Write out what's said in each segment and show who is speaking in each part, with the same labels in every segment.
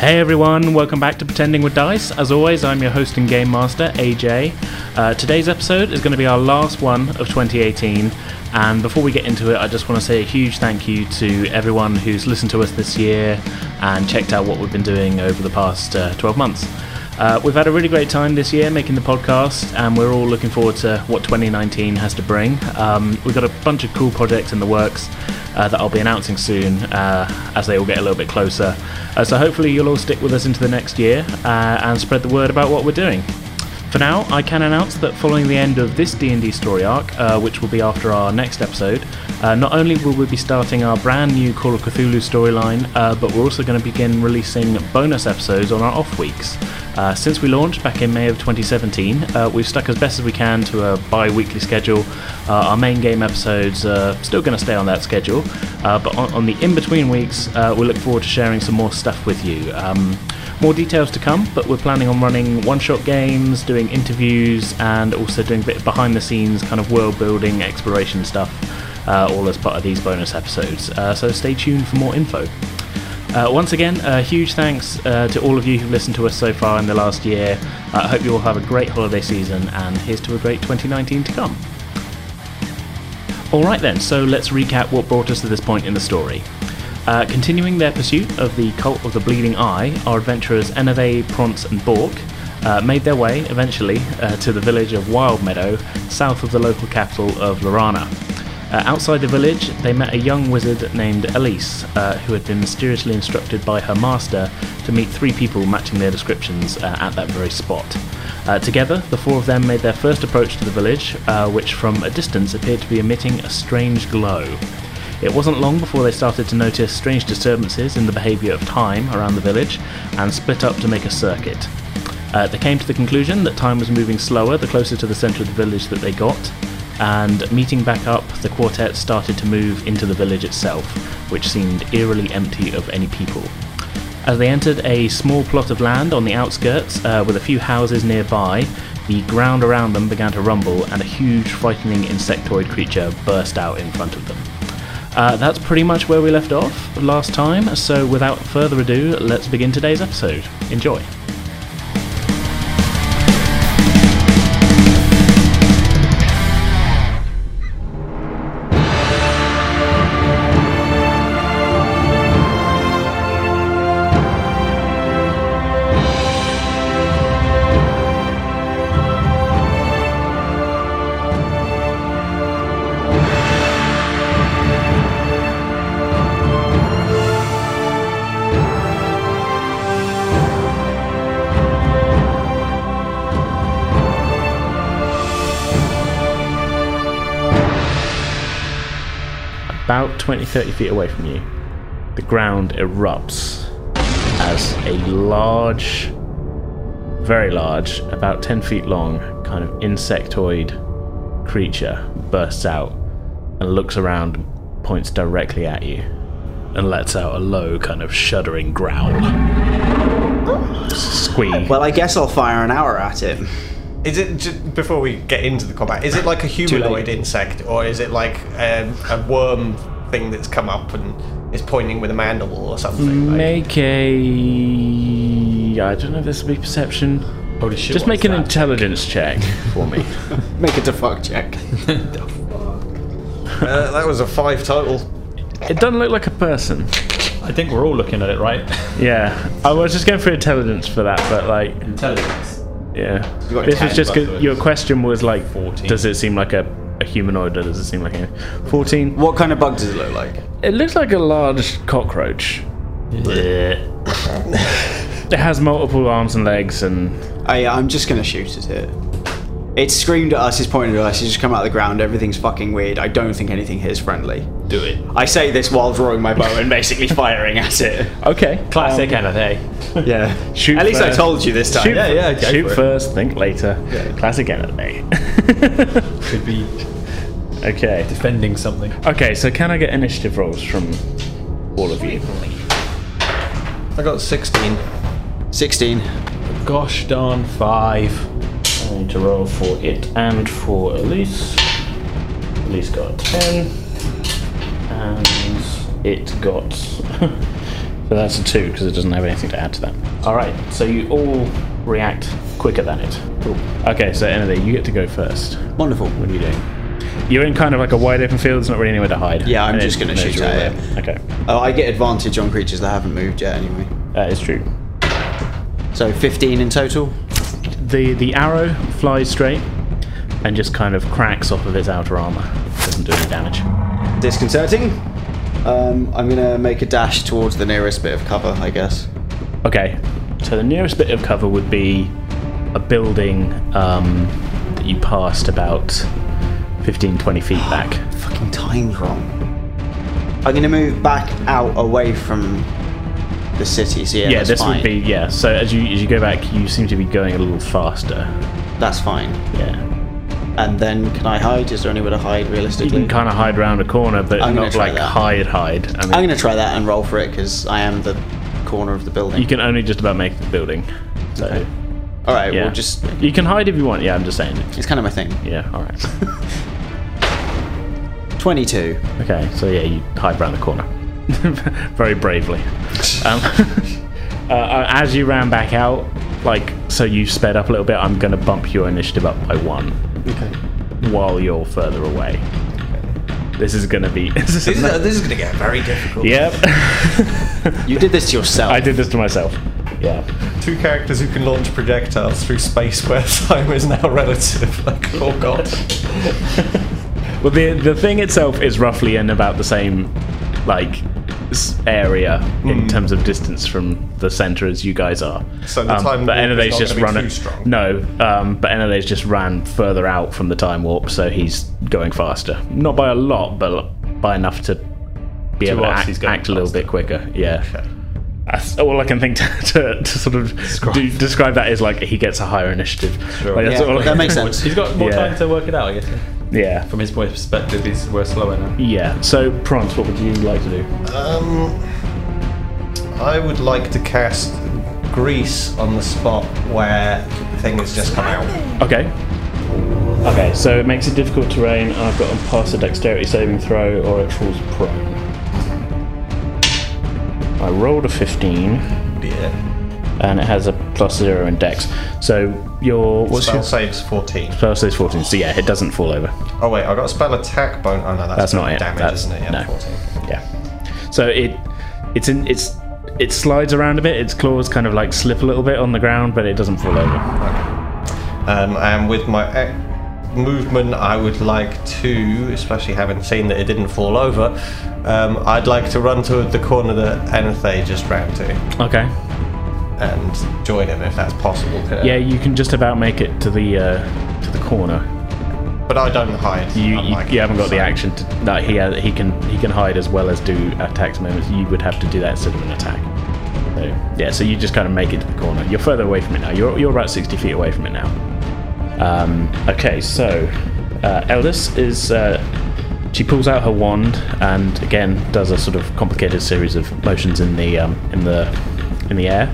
Speaker 1: Hey everyone, welcome back to Pretending with Dice. As always, I'm your host and game master, AJ. Uh, today's episode is going to be our last one of 2018, and before we get into it, I just want to say a huge thank you to everyone who's listened to us this year and checked out what we've been doing over the past uh, 12 months. Uh, we've had a really great time this year making the podcast, and we're all looking forward to what 2019 has to bring. Um, we've got a bunch of cool projects in the works uh, that I'll be announcing soon uh, as they all get a little bit closer. Uh, so hopefully, you'll all stick with us into the next year uh, and spread the word about what we're doing. For now, I can announce that following the end of this D&D story arc, uh, which will be after our next episode, uh, not only will we be starting our brand new Call of Cthulhu storyline, uh, but we're also going to begin releasing bonus episodes on our off weeks. Uh, since we launched back in May of 2017, uh, we've stuck as best as we can to a bi-weekly schedule. Uh, our main game episodes are still going to stay on that schedule, uh, but on, on the in-between weeks, uh, we look forward to sharing some more stuff with you. Um, more details to come, but we're planning on running one shot games, doing interviews, and also doing a bit of behind the scenes kind of world building exploration stuff, uh, all as part of these bonus episodes. Uh, so stay tuned for more info. Uh, once again, uh, huge thanks uh, to all of you who've listened to us so far in the last year. Uh, I hope you all have a great holiday season, and here's to a great 2019 to come. All right then, so let's recap what brought us to this point in the story. Uh, continuing their pursuit of the cult of the Bleeding Eye, our adventurers Enave, Prance, and Bork uh, made their way, eventually, uh, to the village of Wild Meadow, south of the local capital of Lorana. Uh, outside the village, they met a young wizard named Elise, uh, who had been mysteriously instructed by her master to meet three people matching their descriptions uh, at that very spot. Uh, together, the four of them made their first approach to the village, uh, which from a distance appeared to be emitting a strange glow. It wasn't long before they started to notice strange disturbances in the behaviour of time around the village and split up to make a circuit. Uh, they came to the conclusion that time was moving slower the closer to the centre of the village that they got, and meeting back up, the quartet started to move into the village itself, which seemed eerily empty of any people. As they entered a small plot of land on the outskirts uh, with a few houses nearby, the ground around them began to rumble and a huge, frightening insectoid creature burst out in front of them. Uh, that's pretty much where we left off last time, so without further ado, let's begin today's episode. Enjoy. About 20 30 feet away from you, the ground erupts as a large, very large, about 10 feet long, kind of insectoid creature bursts out and looks around, and points directly at you, and lets out a low, kind of shuddering growl. Squeak.
Speaker 2: Well, I guess I'll fire an hour at it.
Speaker 3: Is it just before we get into the combat? Is it like a humanoid insect, or is it like um, a worm thing that's come up and is pointing with a mandible or something? Like,
Speaker 1: Make a. I don't know if this will be perception.
Speaker 3: holy shit,
Speaker 1: Just
Speaker 3: what
Speaker 1: make
Speaker 3: is
Speaker 1: an
Speaker 3: that?
Speaker 1: intelligence check for me.
Speaker 2: Make it to fuck check.
Speaker 3: Uh, that was a five total.
Speaker 1: it doesn't look like a person.
Speaker 4: I think we're all looking at it, right?
Speaker 1: Yeah, I was just going for intelligence for that, but like,
Speaker 4: Intelligence.
Speaker 1: yeah.
Speaker 2: got
Speaker 1: This was
Speaker 2: 10,
Speaker 1: just
Speaker 4: by the
Speaker 1: because
Speaker 4: way.
Speaker 1: your question was like,
Speaker 4: 14.
Speaker 1: does it seem like a, a humanoid or does it seem like a. 14?
Speaker 2: What kind of bug does it look like?
Speaker 1: It looks like a large cockroach. it has multiple arms and legs and.
Speaker 2: I, uh, I'm just gonna shoot at it. It screamed at us, it's pointed at us, it's just come out of the ground, everything's fucking weird. I don't think anything here is friendly.
Speaker 4: Do it.
Speaker 2: I say this while drawing my bow and basically firing at it. Um,
Speaker 1: Okay.
Speaker 4: Classic NFA.
Speaker 2: Yeah.
Speaker 1: Shoot
Speaker 2: at least I
Speaker 1: first.
Speaker 2: told you this time.
Speaker 1: Shoot,
Speaker 2: yeah,
Speaker 1: fir-
Speaker 2: yeah, go
Speaker 1: shoot
Speaker 2: for it.
Speaker 1: first, think later.
Speaker 2: Yeah.
Speaker 1: Classic anime.
Speaker 4: Could be
Speaker 1: okay.
Speaker 4: defending something.
Speaker 1: Okay, so can I get initiative rolls from all of you?
Speaker 3: I got sixteen.
Speaker 2: 16.
Speaker 4: Gosh darn five.
Speaker 1: I need to roll for it and for Elise. Elise got a 10. And it got So that's a two because it doesn't have anything to add to that. All right. So you all react quicker than it. Cool. Okay. So Enemy, you get to go first.
Speaker 2: Wonderful.
Speaker 1: What are you doing? You're in kind of like a wide open field. There's not really anywhere to hide.
Speaker 2: Yeah, I'm
Speaker 1: And
Speaker 2: just
Speaker 1: it-
Speaker 2: gonna
Speaker 1: and it's
Speaker 2: shoot
Speaker 1: your
Speaker 2: at
Speaker 1: way.
Speaker 2: it.
Speaker 1: Okay.
Speaker 2: Oh, I get advantage on creatures that haven't moved yet anyway.
Speaker 1: That is true.
Speaker 2: So 15 in total.
Speaker 1: The the arrow flies straight and just kind of cracks off of its outer armor. Doesn't do any damage.
Speaker 2: Disconcerting. Um, I'm gonna make a dash towards the nearest bit of cover, I guess.
Speaker 1: Okay. So the nearest bit of cover would be a building um, that you passed about 15, 20 feet back.
Speaker 2: Fucking time's wrong. I'm gonna move back out away from the city. So yeah,
Speaker 1: yeah,
Speaker 2: that's
Speaker 1: this
Speaker 2: fine.
Speaker 1: would be yeah. So as you as you go back, you seem to be going a little faster.
Speaker 2: that's fine.
Speaker 1: Yeah.
Speaker 2: And then can I hide? Is there anywhere to hide
Speaker 1: You
Speaker 2: realistically?
Speaker 1: can kind of hide around a corner, but
Speaker 2: I'm gonna
Speaker 1: not
Speaker 2: try
Speaker 1: like
Speaker 2: that.
Speaker 1: hide hide. I mean,
Speaker 2: I'm gonna try that and roll for it because I am the corner of the building.
Speaker 1: you can only just about make the building. So
Speaker 2: Okay. All right,
Speaker 1: yeah,
Speaker 2: we'll just.
Speaker 1: you can hide if you want. Yeah, I'm just saying.
Speaker 2: It's kind of my thing.
Speaker 1: Yeah, all right.
Speaker 2: 22.
Speaker 1: Okay, so yeah, you hide around the corner. Very bravely. Um, uh, uh, as you ran back out, like, so you sped up a little bit, I'm going to bump your initiative up by one
Speaker 2: Okay.
Speaker 1: while you're further away. This is going to be. This
Speaker 3: This
Speaker 1: is
Speaker 3: is, uh, this is going to get very difficult.
Speaker 1: yep.
Speaker 2: You did this to yourself.
Speaker 1: I did this to myself. Yeah.
Speaker 3: Two characters who can launch projectiles through space where time is now relative. Like, oh god.
Speaker 1: Well, the, the thing itself is roughly in about the same, like, s- area in terms of distance from the center as you guys are.
Speaker 3: Hmm.
Speaker 1: Um,
Speaker 3: So the time
Speaker 1: but
Speaker 3: warp is
Speaker 1: Enele's
Speaker 3: not
Speaker 1: just
Speaker 3: gonna be
Speaker 1: run
Speaker 3: too strong.
Speaker 1: No, um, but Enele's just ran further out from the time warp, so he's going faster. Not by a lot, but l- by enough to be able to
Speaker 4: us,
Speaker 1: act,
Speaker 4: he's going
Speaker 1: act a little bit quicker. Yeah. That's all I can think to, to, to sort of describe. Do, describe that is like he gets a higher initiative.
Speaker 4: Sure.
Speaker 1: Like, that's
Speaker 2: Yeah,
Speaker 1: all I-
Speaker 2: that makes sense.
Speaker 4: He's got more
Speaker 1: Yeah.
Speaker 4: time to work it out, I guess.
Speaker 1: yeah.
Speaker 4: From his point of perspective, he's, we're slower now.
Speaker 1: Yeah. So, Prance, what would you like to do?
Speaker 3: Um, I would like to cast grease on the spot where the thing has just come out.
Speaker 1: Okay. Okay, so it makes it difficult terrain, and I've got to pass a dexterity saving throw, or it falls prone. I rolled a 15,
Speaker 3: Yeah.
Speaker 1: and it has a plus zero in dex. So your what's
Speaker 3: spell
Speaker 1: your
Speaker 3: saves 14.
Speaker 1: spell saves 14? So yeah, it doesn't fall over.
Speaker 3: Oh wait, I got a spell attack bone. Oh no, that's,
Speaker 1: That's not it.
Speaker 3: damage,
Speaker 1: That's-
Speaker 3: isn't it? Yeah,
Speaker 1: no.
Speaker 3: 14.
Speaker 1: Yeah. So it it's in it's it slides around a bit. Its claws kind of like slip a little bit on the ground, but it doesn't fall over.
Speaker 3: Um, and with my ac- movement, I would like to, especially having seen that it didn't fall over, um, I'd like to run to the corner that Anathay just ran to
Speaker 1: Okay.
Speaker 3: and join him if that's possible.
Speaker 1: Yeah, you can just about make it to the uh, to the corner.
Speaker 3: But I don't hide.
Speaker 1: You, you,
Speaker 3: unlike
Speaker 1: you
Speaker 3: him,
Speaker 1: haven't got the
Speaker 3: so-
Speaker 1: action to. No, he has, he can he can hide as well as do attacks moments. You would have to do that instead of an attack. So yeah, so you just kind of make it to the corner. You're further away from it now. You're you're about sixty feet away from it now. Um, okay, so uh, Eldis is uh, she pulls out her wand and again does a sort of complicated series of motions in the um, in the in the air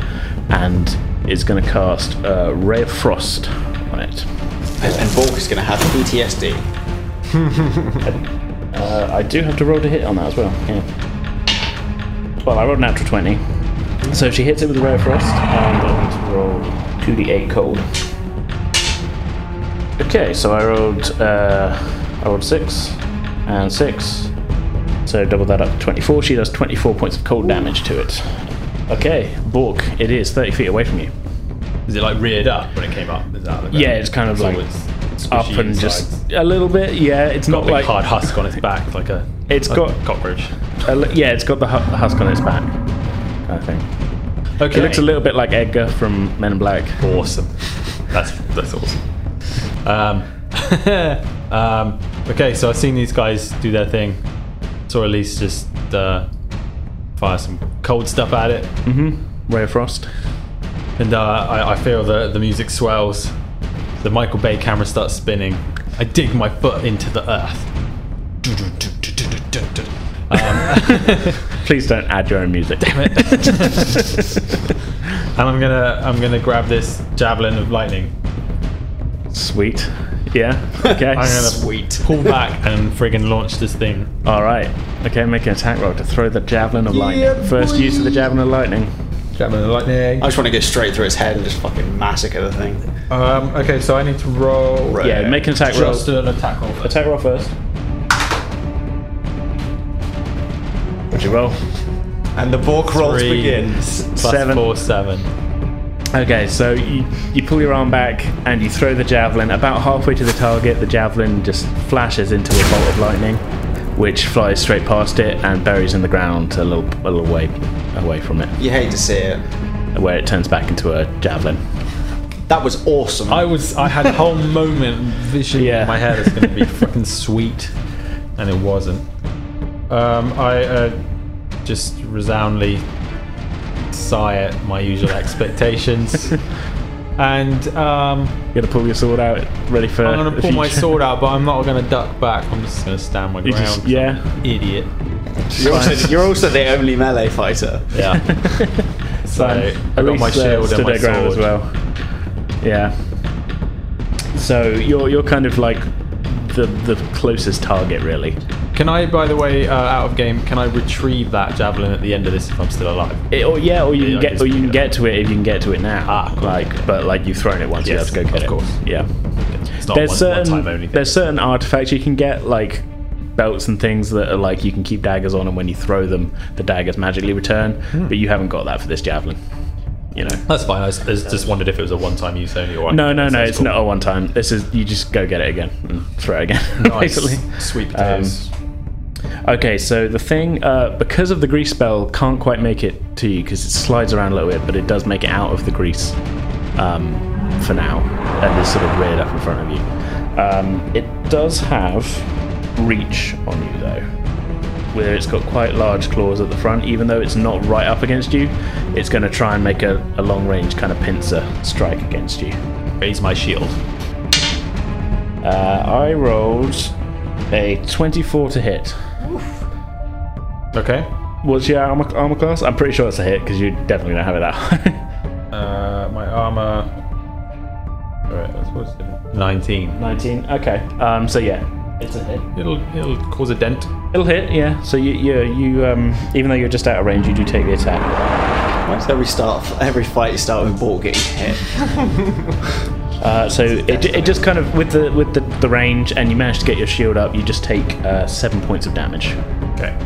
Speaker 1: and is going to cast a ray of frost on it.
Speaker 2: And, and Bork is gonna have PTSD.
Speaker 1: Uh, I do have to roll to hit on that as well. Yeah. Well, I rolled a natural 20. So she hits it with a ray of frost, and I need to roll 2d8 cold. Okay, so I rolled, uh, I rolled 6 and 6. So double that up to 24. She does 24 points of cold damage to it. Okay, Bork, it is 30 feet away from you.
Speaker 4: Is it like reared up when it came up? Is that the
Speaker 1: Yeah, it's kind of
Speaker 4: So
Speaker 1: like
Speaker 4: it's
Speaker 1: Up
Speaker 4: squishy
Speaker 1: and
Speaker 4: inside.
Speaker 1: just a little bit, yeah. It's
Speaker 4: got a
Speaker 1: not
Speaker 4: big
Speaker 1: like
Speaker 4: hard husk on its back, like a
Speaker 1: It's
Speaker 4: a
Speaker 1: got-
Speaker 4: cockroach.
Speaker 1: a li- yeah, it's got the hu- husk on its back. I think.
Speaker 4: Okay,
Speaker 1: It looks a little bit like Edgar from Men in Black.
Speaker 4: awesome. That's that's awesome. Um, um, okay, so I've seen these guys do their thing. Saw Elise just uh, fire some cold stuff at it,
Speaker 1: Ray of Frost.
Speaker 4: and uh, I, I feel the the music swells. The Michael Bay camera starts spinning. I dig my foot into the earth.
Speaker 1: Please don't add your own music. Damn it.
Speaker 4: And I'm gonna I'm gonna grab this javelin of lightning.
Speaker 1: Sweet. Yeah. Okay.
Speaker 4: I'm gonna
Speaker 2: Sweet.
Speaker 4: pull back and friggin' launch this thing.
Speaker 1: All right. Okay, make an attack roll to throw the javelin of lightning.
Speaker 2: Yeah,
Speaker 1: First use of the javelin of lightning.
Speaker 4: Javelin of lightning.
Speaker 2: I just want to go straight through its head and just fucking massacre the thing.
Speaker 4: Um, okay, so I need to roll.
Speaker 2: Right.
Speaker 1: Yeah, make an attack roll.
Speaker 4: Just an attack roll.
Speaker 1: Attack roll first. What'd you roll?
Speaker 3: And the Bork rolls
Speaker 4: Three.
Speaker 3: begins.
Speaker 4: Plus
Speaker 1: Seven.
Speaker 4: four, seven.
Speaker 1: Okay, so you, you pull your arm back and you throw the javelin. About halfway to the target, the javelin just flashes into a bolt of lightning, which flies straight past it and buries in the ground a little, a little way away from it,
Speaker 2: You hate to see it.
Speaker 1: where it turns back into a javelin.
Speaker 2: That was awesome.
Speaker 4: I was. I had a whole moment vision
Speaker 1: Yeah.
Speaker 4: in my head. It's gonna be fucking sweet, and it wasn't. Um, I uh, just resoundly sigh at my usual expectations, and um,
Speaker 1: You're gonna pull your sword out, ready for.
Speaker 4: I'm gonna
Speaker 1: the
Speaker 4: pull my
Speaker 1: future.
Speaker 4: sword out, but I'm not gonna duck back. I'm just gonna stand my
Speaker 1: You
Speaker 4: ground.
Speaker 1: just,
Speaker 4: 'cause
Speaker 1: yeah.
Speaker 4: I'm an idiot.
Speaker 2: you're, also, you're also the only melee fighter.
Speaker 4: Yeah. so I got my
Speaker 1: Elise, uh,
Speaker 4: shield and
Speaker 1: stood
Speaker 4: my
Speaker 1: her ground as
Speaker 4: sword.
Speaker 1: well. Yeah. So you're you're kind of like the the closest target, really.
Speaker 4: Can I, by the way, uh, out of game? Can I retrieve that javelin at the end of this if I'm still alive?
Speaker 1: It, or yeah, or you
Speaker 4: Yeah,
Speaker 1: can
Speaker 4: I
Speaker 1: get
Speaker 4: guess
Speaker 1: or you
Speaker 4: we
Speaker 1: can
Speaker 4: could.
Speaker 1: get to it if you can get to it now.
Speaker 4: Ah, cool.
Speaker 1: like but like you've thrown it once, you
Speaker 4: Yes,
Speaker 1: have to go get
Speaker 4: of
Speaker 1: it.
Speaker 4: course.
Speaker 1: Yeah.
Speaker 4: It's not
Speaker 1: There's
Speaker 4: one,
Speaker 1: certain
Speaker 4: one time only.
Speaker 1: there's certain artifacts you can get like belts and things that are like you can keep daggers on, and when you throw them, the daggers magically return. But you haven't got that for this javelin. You know.
Speaker 4: That's fine. I s- I just wondered if it was a one-time use only. Or
Speaker 1: No, no, no. It's
Speaker 4: cool.
Speaker 1: not a one time. This is you just go get it again and throw it again.
Speaker 4: Nice.
Speaker 1: basically. Um,
Speaker 4: Sweet potatoes.
Speaker 1: Okay, so the thing uh, because of the grease spell can't quite make it to you because it slides around a little bit, but it does make it out of the grease um, for now and is sort of reared up in front of you. Um, it does have reach on you though, where it's got quite large claws at the front. Even though it's not right up against you, it's going to try and make a, a long range kind of pincer strike against you.
Speaker 4: Raise my shield.
Speaker 1: Uh, I rolled a 24 to hit.
Speaker 4: Okay.
Speaker 1: What's your armor, armor class? I'm pretty sure it's a hit because you definitely don't have it that high.
Speaker 4: Uh, my armor. All right. That's what's different. Nineteen.
Speaker 1: 19. Okay. Um. So yeah, it's a hit.
Speaker 4: It'll it'll cause a dent.
Speaker 1: It'll hit. Yeah. So you you you um even though you're just out of range, you do take the attack.
Speaker 2: So we start every fight. You start with Borg getting hit.
Speaker 1: Uh. So it, it just kind of with the with the, the range and you manage to get your shield up, you just take uh seven points of damage.
Speaker 4: Okay.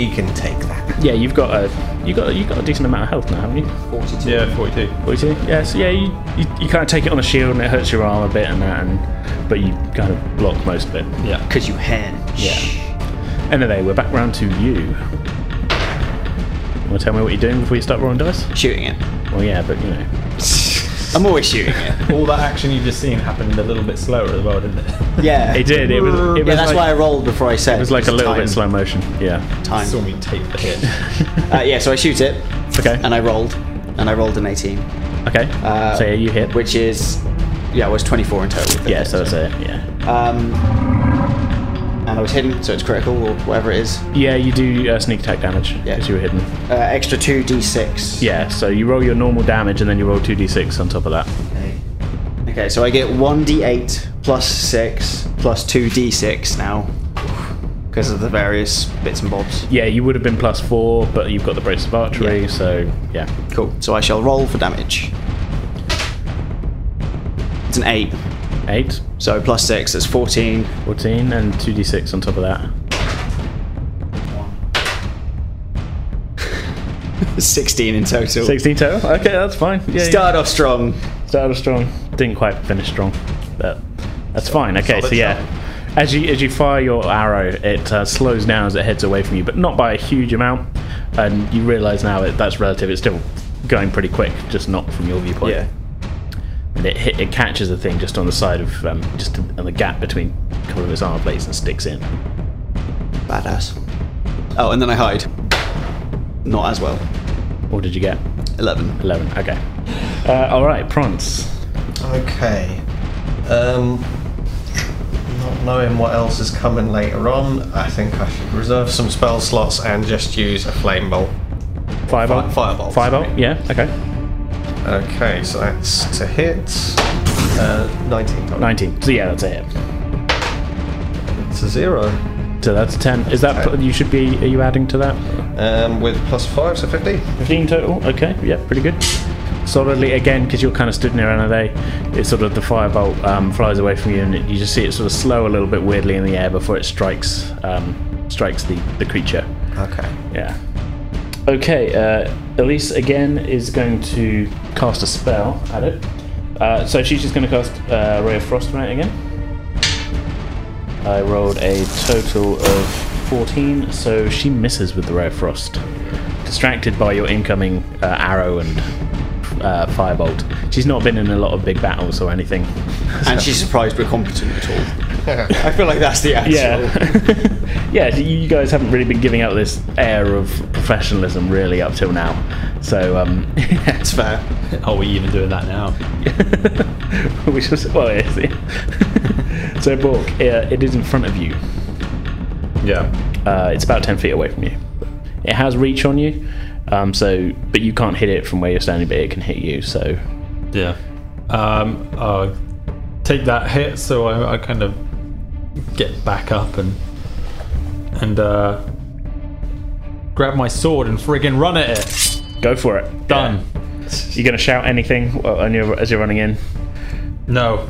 Speaker 3: You can take that.
Speaker 1: Yeah. You've got a you got you got a decent amount of health now, haven't you?
Speaker 2: Forty-two.
Speaker 4: Yeah, forty-two.
Speaker 1: 42? Yeah, so yeah, you, you, you kind of take it on the shield and it hurts your arm a bit and that, and, but you kind of block most of it.
Speaker 4: Yeah.
Speaker 2: Because you hen.
Speaker 1: Yeah. Anyway, we're back round to you. You want to tell me what you're doing before you start rolling dice?
Speaker 2: Shooting it.
Speaker 1: Well, yeah, but you know.
Speaker 2: I'm always shooting it.
Speaker 4: All that action you've just seen happened a little bit slower as well, didn't it?
Speaker 2: Yeah.
Speaker 1: It did. It was, it was
Speaker 2: yeah, that's
Speaker 1: like,
Speaker 2: why I rolled before I said.
Speaker 1: it was like a little bit slow motion. Yeah.
Speaker 2: Time.
Speaker 4: Saw me take the hit.
Speaker 2: Uh, yeah, so I shoot it,
Speaker 1: Okay.
Speaker 2: and I rolled, and I rolled an 18,
Speaker 1: okay.
Speaker 2: uh,
Speaker 1: so yeah, you hit.
Speaker 2: which is, yeah, it was 24 in total. with it.
Speaker 1: yeah, so it's a, yeah.
Speaker 2: Um, and I was hidden, so it's critical or whatever it is.
Speaker 1: Yeah, you do uh, sneak attack damage
Speaker 2: Yeah.
Speaker 1: because you were hidden.
Speaker 2: Uh, extra 2d6.
Speaker 1: Yeah, so you roll your normal damage and then you roll 2d6 on top of that.
Speaker 2: Okay, so I get 1d8 plus 6 plus 2d6 now because of the various bits and bobs.
Speaker 1: Yeah, you would have been plus four, but you've got the brace of archery,
Speaker 2: Yeah.
Speaker 1: so yeah.
Speaker 2: Cool. So I shall roll for damage. It's an 8.
Speaker 1: Eight,
Speaker 2: So plus 6, that's 14.
Speaker 1: 14, and 2d6 on top of that.
Speaker 2: 16 in total.
Speaker 1: 16 total? Okay, that's fine. Yeah,
Speaker 2: Start off strong.
Speaker 1: yeah. started strong. Didn't quite finish strong, but that's fine. Okay, so
Speaker 3: solid
Speaker 1: yeah. As you, as you fire your arrow, it uh, slows down as it heads away from you, but not by a huge amount. And you realise now that that's relative. It's still going pretty quick, just not from your viewpoint. and it, hit, it catches the thing just on the side of um, just on the gap between a couple of its armor plates and sticks in.
Speaker 2: Badass. Oh, and then I hide. Not as well.
Speaker 1: What did you get?
Speaker 2: 11.
Speaker 1: Eleven. Okay. Uh, all right, Prance.
Speaker 3: Okay. Um, not knowing what else is coming later on, I think I should reserve some spell slots and just use a flame bolt.
Speaker 1: Fireball.
Speaker 3: Fi- fireball,
Speaker 1: Fireball.
Speaker 3: sorry.
Speaker 1: Yeah. Okay.
Speaker 3: Okay, so that's to hit. Uh, 19. total.
Speaker 1: 19. So yeah, that's a hit.
Speaker 3: It's a zero.
Speaker 1: So that's 10. Is that, pl- you should be, are you adding to that?
Speaker 3: Um, with plus five, so 50.
Speaker 1: 15 total? Okay, yeah, pretty good. Solidly, again, because you're kind of stood near another day, it's sort of the firebolt um, flies away from you and it, you just see it sort of slow a little bit weirdly in the air before it strikes um, strikes the, the creature.
Speaker 3: Okay.
Speaker 1: Yeah. Okay, uh, Elise again is going to cast a spell at it. Uh, so she's just going to cast uh, Ray of Frost on it again. I rolled a total of 14, so she misses with the Ray of Frost. Distracted by your incoming uh, arrow and uh, firebolt. She's not been in a lot of big battles or anything.
Speaker 2: And she's surprised we're competent at all. I feel like that's the actual.
Speaker 1: Yeah. yeah, so you guys haven't really been giving out this air of professionalism really up till now. So, um,
Speaker 2: It's fair.
Speaker 4: Are Oh, we even doing that now?
Speaker 1: we shall s- well, yes, yeah. so, Bork, uh, it is in front of you.
Speaker 4: Yeah.
Speaker 1: Uh, it's about 10 feet away from you. It has reach on you, um, so but you can't hit it from where you're standing, but it can hit you. So,
Speaker 4: Yeah. Um, I'll take that hit, so I, I kind of get back up and and uh, grab my sword and friggin' run at it.
Speaker 1: go for it.
Speaker 4: Done.
Speaker 1: You're going to shout anything uh, on your, as you're running in?
Speaker 4: No,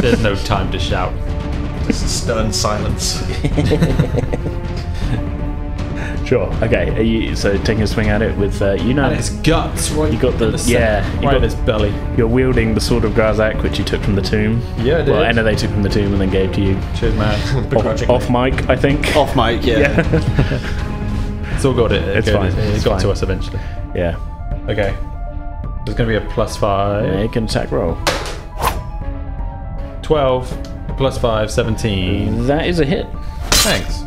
Speaker 4: there's no time to shout.
Speaker 3: Stern silence.
Speaker 1: Sure. Okay. Are you, so taking a swing at it with uh, you know
Speaker 4: And its guts, right?
Speaker 1: You got the-
Speaker 4: in center,
Speaker 1: yeah, you
Speaker 4: right
Speaker 1: got-
Speaker 4: in its belly.
Speaker 1: You're wielding the sword of Grazak, which you took from the tomb.
Speaker 4: Yeah, I
Speaker 1: Well,
Speaker 4: did.
Speaker 1: Anna, they took from the tomb and then gave to you.
Speaker 4: Cheers, man.
Speaker 1: Off, off mic, I think.
Speaker 2: Off mic, yeah.
Speaker 1: Yeah.
Speaker 4: Still got it.
Speaker 1: It's
Speaker 4: it got-
Speaker 1: fine,
Speaker 4: It,
Speaker 1: it's
Speaker 4: got to
Speaker 1: fine.
Speaker 4: us eventually.
Speaker 1: yeah.
Speaker 4: Okay. There's gonna be a plus five.
Speaker 1: Make an attack roll.
Speaker 4: 12 plus 5, 17.
Speaker 1: That is a hit. Mm.
Speaker 4: Thanks.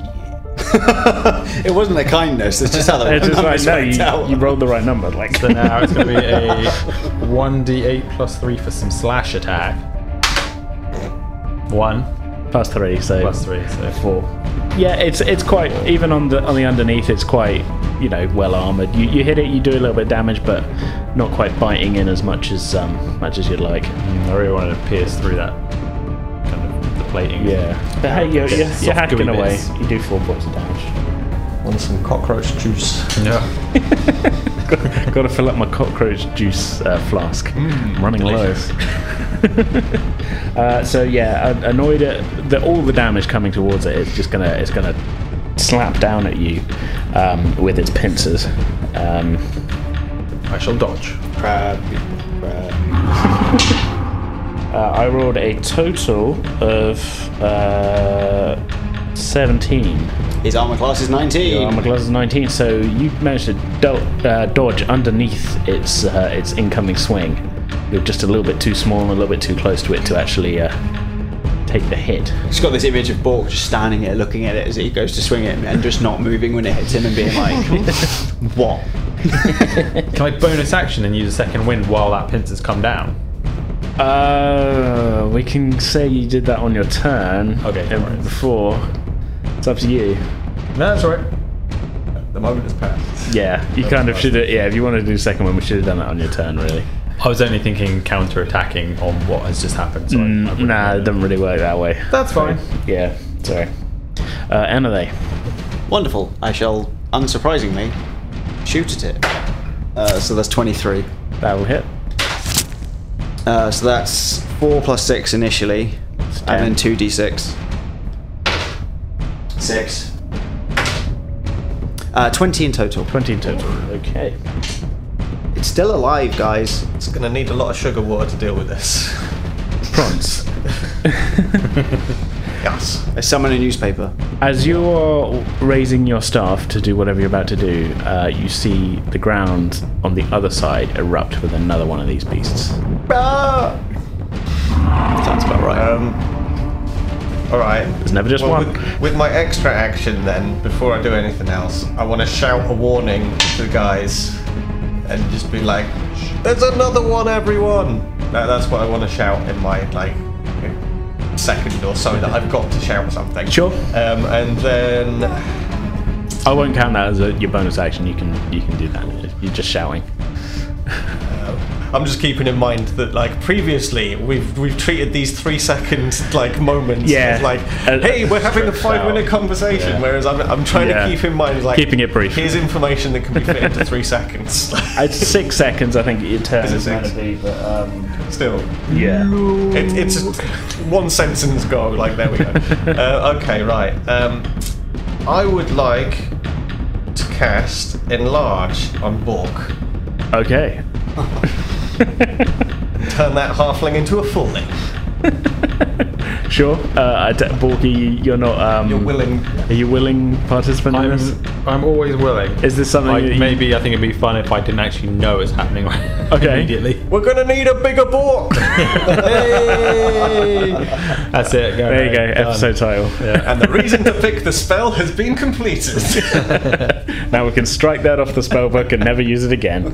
Speaker 2: It wasn't a kindness, it's just how the
Speaker 1: It's just like,
Speaker 2: numbers
Speaker 1: no,
Speaker 2: worked
Speaker 1: you,
Speaker 2: out.
Speaker 1: you rolled the right number. Like,
Speaker 4: So now it's going to be a 1d8 plus 3 for some slash attack. 1
Speaker 1: plus three, so
Speaker 4: plus 3, so 4.
Speaker 1: four. Yeah, it's it's quite even on the on the underneath. It's quite you know well armored. You, you hit it, you do a little bit of damage, but not quite biting in as much as um much as you'd like.
Speaker 4: Mm, I really wanted to pierce through that kind of the plating.
Speaker 1: Yeah, but hey, you're, you're,
Speaker 4: Soft
Speaker 1: you're hacking
Speaker 4: gooey
Speaker 1: away.
Speaker 4: bits.
Speaker 1: You do four points of damage.
Speaker 3: Want some cockroach juice?
Speaker 4: Yeah.
Speaker 1: Got to fill up my cockroach juice uh, flask. I'm running low. uh, so yeah, a- annoyed at the, all the damage coming towards it. It's just gonna it's gonna slap down at you um, with its pincers. Um,
Speaker 4: I shall dodge.
Speaker 2: Crab, crab.
Speaker 1: uh, I rolled a total of uh, 17.
Speaker 2: His armor class is
Speaker 1: Your
Speaker 2: 19.
Speaker 1: armor class is 19, so you managed to do- uh, dodge underneath its uh, its incoming swing. You're just a little bit too small and a little bit too close to it to actually uh, take the hit.
Speaker 2: Just got this image of Bork just standing there looking at it as he goes to swing it and just not moving when it hits him and being like, what?
Speaker 4: Can I bonus action and use a second wind while that pincer's come down?
Speaker 1: Uh, we can say you did that on your turn.
Speaker 4: Okay, no
Speaker 1: um,
Speaker 4: worries.
Speaker 1: Before, it's up to you.
Speaker 4: No, that's right.
Speaker 3: The moment has passed.
Speaker 1: Yeah, you kind of should. have Yeah, if you wanted to do second one, we should have done that on your turn, really.
Speaker 4: I was only thinking counter attacking on what has just happened. So I- I wouldn't-
Speaker 1: Mm, Nah, it doesn't really work that way.
Speaker 4: That's fine.
Speaker 1: Yeah, sorry. Uh, Anna, they.
Speaker 2: Wonderful. I shall, unsurprisingly, shoot at it. Uh, so that's 23.
Speaker 1: That will hit.
Speaker 2: Uh, so that's 4 plus 6 initially, and then
Speaker 1: 10.
Speaker 2: 2d6. 6. Uh, 20 in total.
Speaker 1: 20 in total. Okay.
Speaker 2: It's still alive, guys.
Speaker 3: It's gonna need a lot of sugar water to deal with this.
Speaker 1: Prawns.
Speaker 3: Yes.
Speaker 2: There's someone in a newspaper.
Speaker 1: As you're raising your staff to do whatever you're about to do, uh, you see the ground on the other side erupt with another one of these beasts.
Speaker 2: Sounds about right.
Speaker 3: Um. All right.
Speaker 1: It's never just
Speaker 3: Well,
Speaker 1: one.
Speaker 3: with, with my extra action, then, before I do anything else, I want to shout a warning to the guys and just be like, "Shh, "There's another one, everyone!" That, that's what I want to shout in my like second or so that I've got to shout something.
Speaker 1: Sure.
Speaker 3: Um, and then
Speaker 1: I won't count that as a, your bonus action. You can you can do that. You're just shouting.
Speaker 3: I'm just keeping in mind that like previously we've we've treated these three second like moments
Speaker 1: Yeah.
Speaker 3: as like
Speaker 1: Uh,
Speaker 3: hey we're having a
Speaker 4: stripped
Speaker 3: five minute
Speaker 4: out.
Speaker 3: conversation
Speaker 4: Yeah.
Speaker 3: whereas I'm, I'm trying
Speaker 1: Yeah.
Speaker 3: to keep in mind like
Speaker 1: Keeping it brief.
Speaker 3: here's information that can be fit into three seconds
Speaker 1: It's six seconds, I think, your turn
Speaker 3: Is it
Speaker 1: is going to
Speaker 3: six?
Speaker 1: be, but um,
Speaker 3: still
Speaker 1: yeah.
Speaker 3: it, it's one sentence go like there we go uh, okay right um, I would like to cast enlarge on Bork
Speaker 1: Okay.
Speaker 3: turn that halfling into a fulling
Speaker 1: Sure. Uh, I d- Borky, you're not. Um,
Speaker 3: you're willing
Speaker 1: Are you willing participant in this?
Speaker 4: I'm, I'm always willing.
Speaker 1: Is this something
Speaker 4: Like,
Speaker 1: that you-
Speaker 4: maybe I think it'd be fun if I didn't actually know it's happening
Speaker 1: Okay.
Speaker 4: immediately.
Speaker 3: We're gonna need a bigger bork.
Speaker 4: That's it. Go
Speaker 1: There you go.
Speaker 4: mate, uh, done.
Speaker 1: Episode title.
Speaker 4: Yeah.
Speaker 3: and the reason to pick the spell has been completed.
Speaker 1: now we can strike that off the spellbook and never use it again.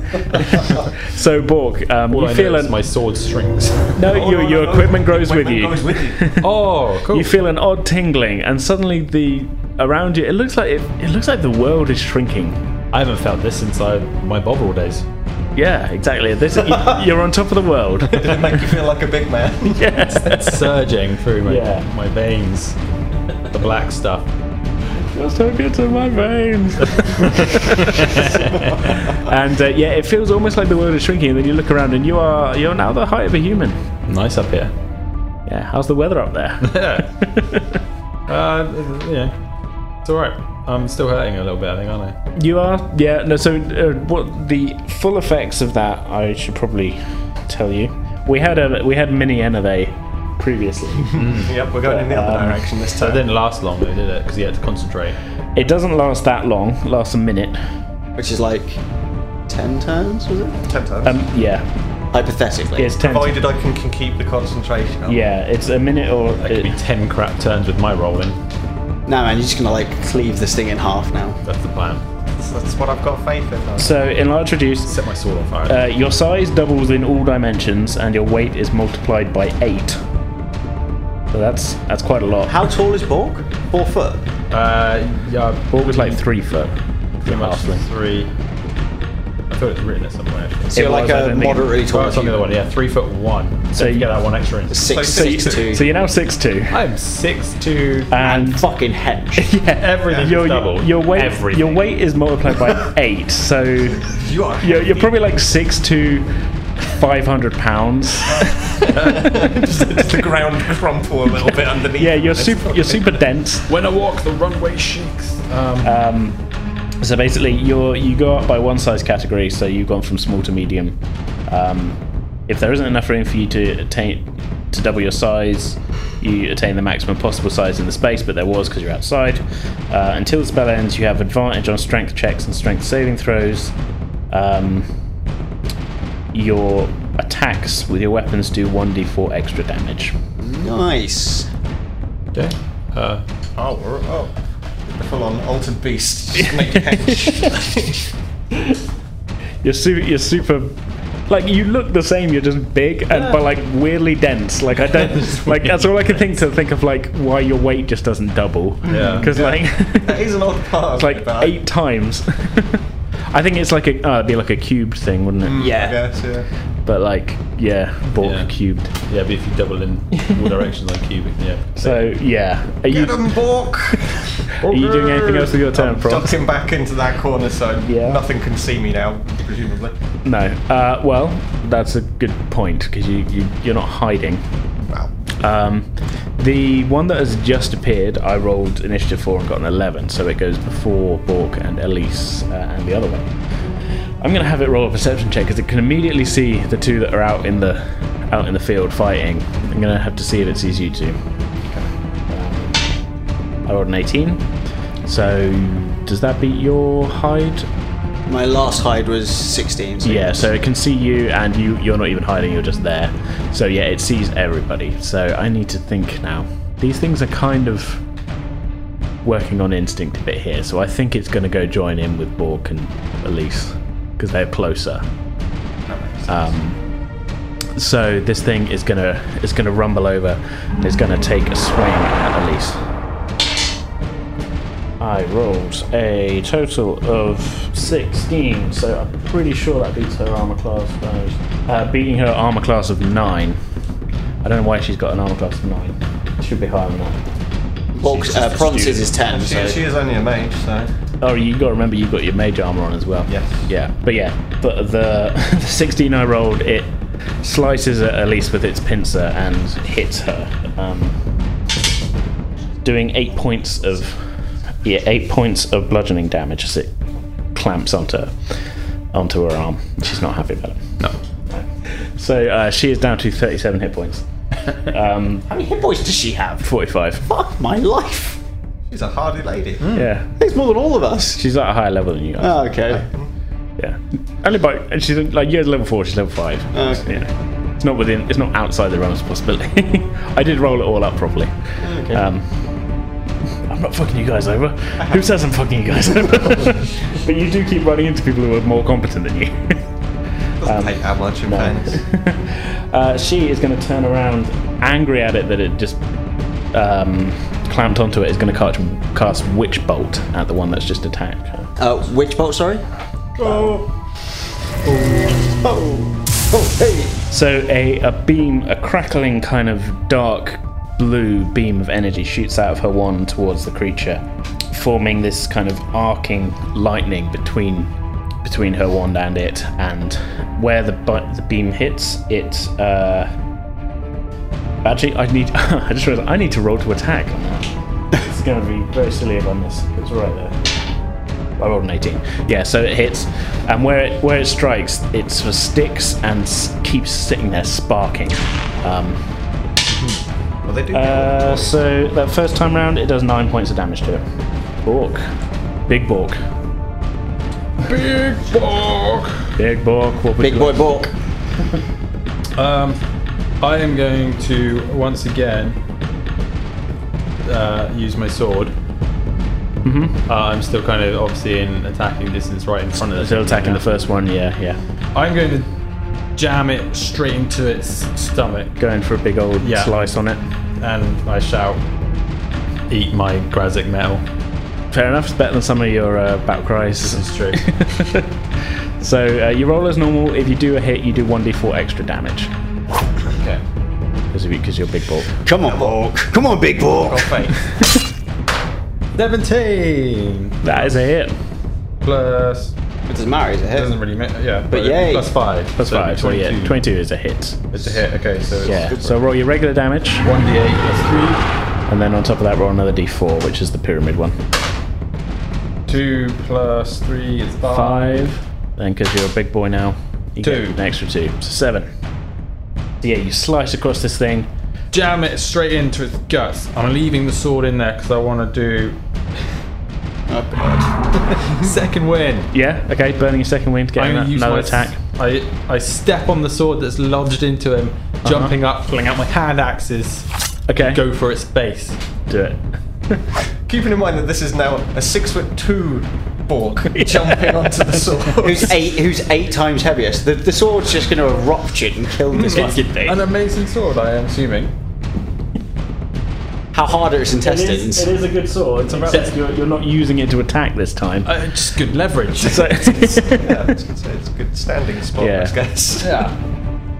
Speaker 1: so Bork, um,
Speaker 4: All
Speaker 1: you
Speaker 4: I
Speaker 1: feel
Speaker 4: know is
Speaker 1: an
Speaker 4: my sword strings.
Speaker 1: no,
Speaker 3: Oh,
Speaker 1: your,
Speaker 3: no,
Speaker 1: your
Speaker 3: no, no.
Speaker 1: equipment grows with you.
Speaker 3: Goes with you.
Speaker 4: oh, cool.
Speaker 1: You feel an odd tingling, and suddenly the around you it looks like it, it looks like the world is shrinking.
Speaker 4: I haven't felt this since I my Bovril days.
Speaker 1: Yeah, exactly. This y- you're on top of the world.
Speaker 3: Did it make you feel like a big man?
Speaker 1: yes.
Speaker 4: Surging through my,
Speaker 1: Yeah.
Speaker 4: my veins, the black stuff.
Speaker 1: You're so good to my veins. and uh, yeah, it feels almost like the world is shrinking, and then you look around and you are you're now the height of a human.
Speaker 4: Nice up here.
Speaker 1: Yeah, how's the weather up there?
Speaker 4: Uh, yeah, it's all right. I'm still hurting a little bit, I think, aren't I?
Speaker 1: You are, yeah. No, so uh, what the full effects of that? I should probably tell you. We had a we had mini enerve previously.
Speaker 3: yep, we're going in the
Speaker 1: Um,
Speaker 3: other direction this
Speaker 4: It
Speaker 3: time.
Speaker 4: didn't last long, though, did it? Because you had to concentrate.
Speaker 1: it doesn't last that long. It lasts a minute.
Speaker 2: Which is like 10 turns, was it?
Speaker 3: Ten times.
Speaker 1: Um, yeah,
Speaker 2: Hypothetically.
Speaker 1: it's ten.
Speaker 3: Provided I can, can keep the concentration up.
Speaker 1: yeah, it's a minute or uh,
Speaker 4: That could be ten crap turns with my rolling.
Speaker 2: Nah, man, you're just gonna like cleave this thing in half now.
Speaker 4: That's the plan.
Speaker 3: That's, that's what I've got faith in.
Speaker 1: so enlarge reduce.
Speaker 4: Set my sword on fire.
Speaker 1: Uh, your size doubles in all dimensions, and your weight is multiplied by eight. So that's that's quite a lot.
Speaker 2: How tall is Borg? Four foot.
Speaker 4: Uh, yeah,
Speaker 1: Borg was like three foot.
Speaker 4: pretty much
Speaker 1: halfling.
Speaker 4: three. I thought it was written it somewhere. Actually.
Speaker 2: So
Speaker 1: It
Speaker 2: you're like
Speaker 1: was, I
Speaker 2: a
Speaker 1: don't think it-
Speaker 2: moderately
Speaker 4: Oh,
Speaker 2: tall.
Speaker 4: it's on the other
Speaker 2: human.
Speaker 4: one. Yeah, three foot one.
Speaker 1: So
Speaker 4: So
Speaker 1: you-
Speaker 4: you get that one extra in.
Speaker 2: Six,
Speaker 3: So
Speaker 2: six,
Speaker 3: six,
Speaker 2: two.
Speaker 1: So you're now six two,
Speaker 4: I'm six two.
Speaker 1: and
Speaker 2: and fucking hench.
Speaker 4: Everything's
Speaker 1: your,
Speaker 4: doubled.
Speaker 1: your weight
Speaker 4: Everything.
Speaker 1: your weight is multiplied by eight so
Speaker 3: You are.
Speaker 1: you're, you're probably like six to 500 pounds
Speaker 3: just, just the ground crumple a little bit underneath.
Speaker 1: yeah you're
Speaker 3: That's
Speaker 1: super you're super dense
Speaker 4: When I walk, the runway shakes. Um,
Speaker 1: um, so basically you're you go up by one size category so you've gone from small to medium um, if there isn't enough room for you to attain to double your size you attain the maximum possible size in the space but there was because you're outside uh, until the spell ends you have advantage on strength checks and strength saving throws um, your attacks with your weapons do 1d4 extra damage
Speaker 2: Nice.
Speaker 4: okay. Uh,
Speaker 3: Oh, we're, oh. The full-on altered beast. Just make hench.
Speaker 1: You're super. You're super. Like you look the same. You're just big and but like weirdly dense. Like I don't. like that's all I can think to think of. Like why your weight just doesn't double.
Speaker 4: Yeah.
Speaker 1: Because like
Speaker 3: that is an odd part.
Speaker 1: it's like eight times. I think it's like a. Oh, it'd be like a cubed thing, wouldn't it?
Speaker 3: Yeah. I guess, yeah.
Speaker 1: But like yeah, bulk
Speaker 4: Yeah.
Speaker 1: cubed.
Speaker 4: yeah, but if you double in all directions like cubic, yeah.
Speaker 1: So yeah. Are you
Speaker 3: Get him, Bork!
Speaker 1: are you doing anything else with your turn, Frost?
Speaker 3: Ducking back into that corner so
Speaker 1: Yeah.
Speaker 3: nothing can see me now, presumably.
Speaker 1: No. Uh, well, that's a good point because you, you you're not hiding.
Speaker 3: Wow.
Speaker 1: Um, the one that has just appeared, I rolled initiative for and got an 11, so it goes before Bork and Elise uh, and the other one. I'm going to have it roll a perception check because it can immediately see the two that are out in the out in the field fighting. I'm going to have to see if it sees you two. I rolled an 18, so does that beat your hide?
Speaker 2: My last hide was 16. So
Speaker 1: Yeah, so it can see you, and you you're not even hiding; you're just there. So yeah, it sees everybody. So I need to think now. These things are kind of working on instinct a bit here, so I think it's going to go join in with Bork and Elise because they're closer. Um, so this thing is gonna is gonna rumble over and is gonna take a swing at Elise. I rolled a total of 16, so I'm pretty sure that beats her armor class. by- Uh, beating her armor class of 9. I don't know why she's got an armor class of 9. Should be higher than that.
Speaker 2: Box, uh, provinces is 10, so.
Speaker 3: She, she is only a mage, so.
Speaker 1: Oh, you got to remember you've got your mage armor on as well.
Speaker 3: Yes.
Speaker 1: Yeah. But yeah, but the, the 16 I rolled, it slices at Elise with its pincer and hits her, um, doing eight points of yeah eight points of bludgeoning damage as it clamps onto onto her arm. She's not happy about it. No. So uh, she is down to 37 hit points. Um,
Speaker 2: How many hit points does she have?
Speaker 1: 45.
Speaker 2: Fuck my life!
Speaker 3: She's a hardy lady.
Speaker 1: Yeah.
Speaker 2: It's more than all of us.
Speaker 1: She's at a higher level than you guys.
Speaker 2: Oh, okay.
Speaker 1: Yeah, only by and she's like you're level four, she's level five.
Speaker 2: Oh, Okay.
Speaker 1: Yeah, it's not within, it's not outside the realm of possibility. I did roll it all up properly.
Speaker 2: Okay.
Speaker 1: Um, I'm not fucking you guys over. Who says I'm fucking you guys over? but you do keep running into people who are more competent than you.
Speaker 3: Doesn't
Speaker 1: Um,
Speaker 3: take that much in fairness.
Speaker 1: Uh, she is going to turn around, angry at it that it just um, clamped onto it. Is going to cast, cast witch bolt at the one that's just attacked her.
Speaker 2: Uh, which bolt, sorry? Oh. Oh, hey!
Speaker 1: So a, a beam, a crackling kind of dark blue beam of energy shoots out of her wand towards the creature, forming this kind of arcing lightning between between her wand and it. And where the bu- the beam hits, it uh, actually I need I just realized I need to roll to attack on that. It's going to be very silly if I miss. It's right there. I rolled an 18. Yeah, so it hits, and where it where it strikes, it sort of sticks and s- keeps sitting there sparking. Um,
Speaker 3: Well, they do.
Speaker 1: uh, so that first time round, it does nine points of damage to it. Bork, big bork,
Speaker 4: Big Borg!
Speaker 1: big bork. What would
Speaker 2: Big
Speaker 1: you
Speaker 2: boy
Speaker 1: like?
Speaker 2: Bork.
Speaker 4: Um, I am going to once again uh, use my sword. Mm-hmm. Uh, I'm still kind of obviously in attacking distance right in front of the
Speaker 1: Still attacking the first one. Yeah, yeah.
Speaker 4: I'm going to jam it straight into its stomach
Speaker 1: Going for a big old
Speaker 4: Yeah.
Speaker 1: slice on it.
Speaker 4: and I shout, Eat my Grazic metal.
Speaker 1: Fair enough. It's better than some of your uh, battle cries.
Speaker 4: It's true.
Speaker 1: So uh, you roll as normal. If you do a hit, you do one d4 extra damage
Speaker 4: okay.
Speaker 1: because because you're big bork.
Speaker 2: Come on, Bork. Come on, Big Bork.
Speaker 4: 17
Speaker 1: That is a hit.
Speaker 4: plus.
Speaker 2: It doesn't matter, is it?
Speaker 4: Doesn't really matter. Yeah. But,
Speaker 2: yay.
Speaker 4: Plus 5.
Speaker 1: That's five. 22. 22 is a hit.
Speaker 4: It's a hit. Okay, so it's
Speaker 1: Yeah. So roll your regular damage,
Speaker 4: 1d8 plus
Speaker 1: and then on top of that, roll another d4, which is the pyramid one.
Speaker 4: 3. 2 plus 3 is 5.
Speaker 1: Five. Then, because you're a big boy now, you
Speaker 4: Two.
Speaker 1: get an extra two. So seven. So yeah, you slice across this thing.
Speaker 4: Jam it straight into its guts. I'm leaving the sword in there because I want to do. Second win.
Speaker 1: Yeah. Okay. Burning your second wind,
Speaker 4: I'm
Speaker 1: getting
Speaker 4: gonna
Speaker 1: that,
Speaker 4: use
Speaker 1: another
Speaker 4: my
Speaker 1: attack.
Speaker 4: I I step on the sword that's lodged into him, jumping up, pulling out my hand axes,
Speaker 1: Okay.
Speaker 4: go for its base.
Speaker 1: Do it.
Speaker 3: Keeping in mind that this is now a six foot two Borg jumping onto the sword.
Speaker 2: Who's eight? Who's eight times heavier? So the, the sword's just going to have ruptured and killed this one.
Speaker 4: An amazing sword, I am assuming.
Speaker 2: How hard are its intestins?
Speaker 1: a good sword.
Speaker 4: except
Speaker 1: you're, you're not using it to attack this time.
Speaker 4: Uh, just good leverage.
Speaker 1: so,
Speaker 3: yeah, it's, it's, it's a good standing spot,
Speaker 1: Yeah.
Speaker 3: I guess.
Speaker 4: yeah.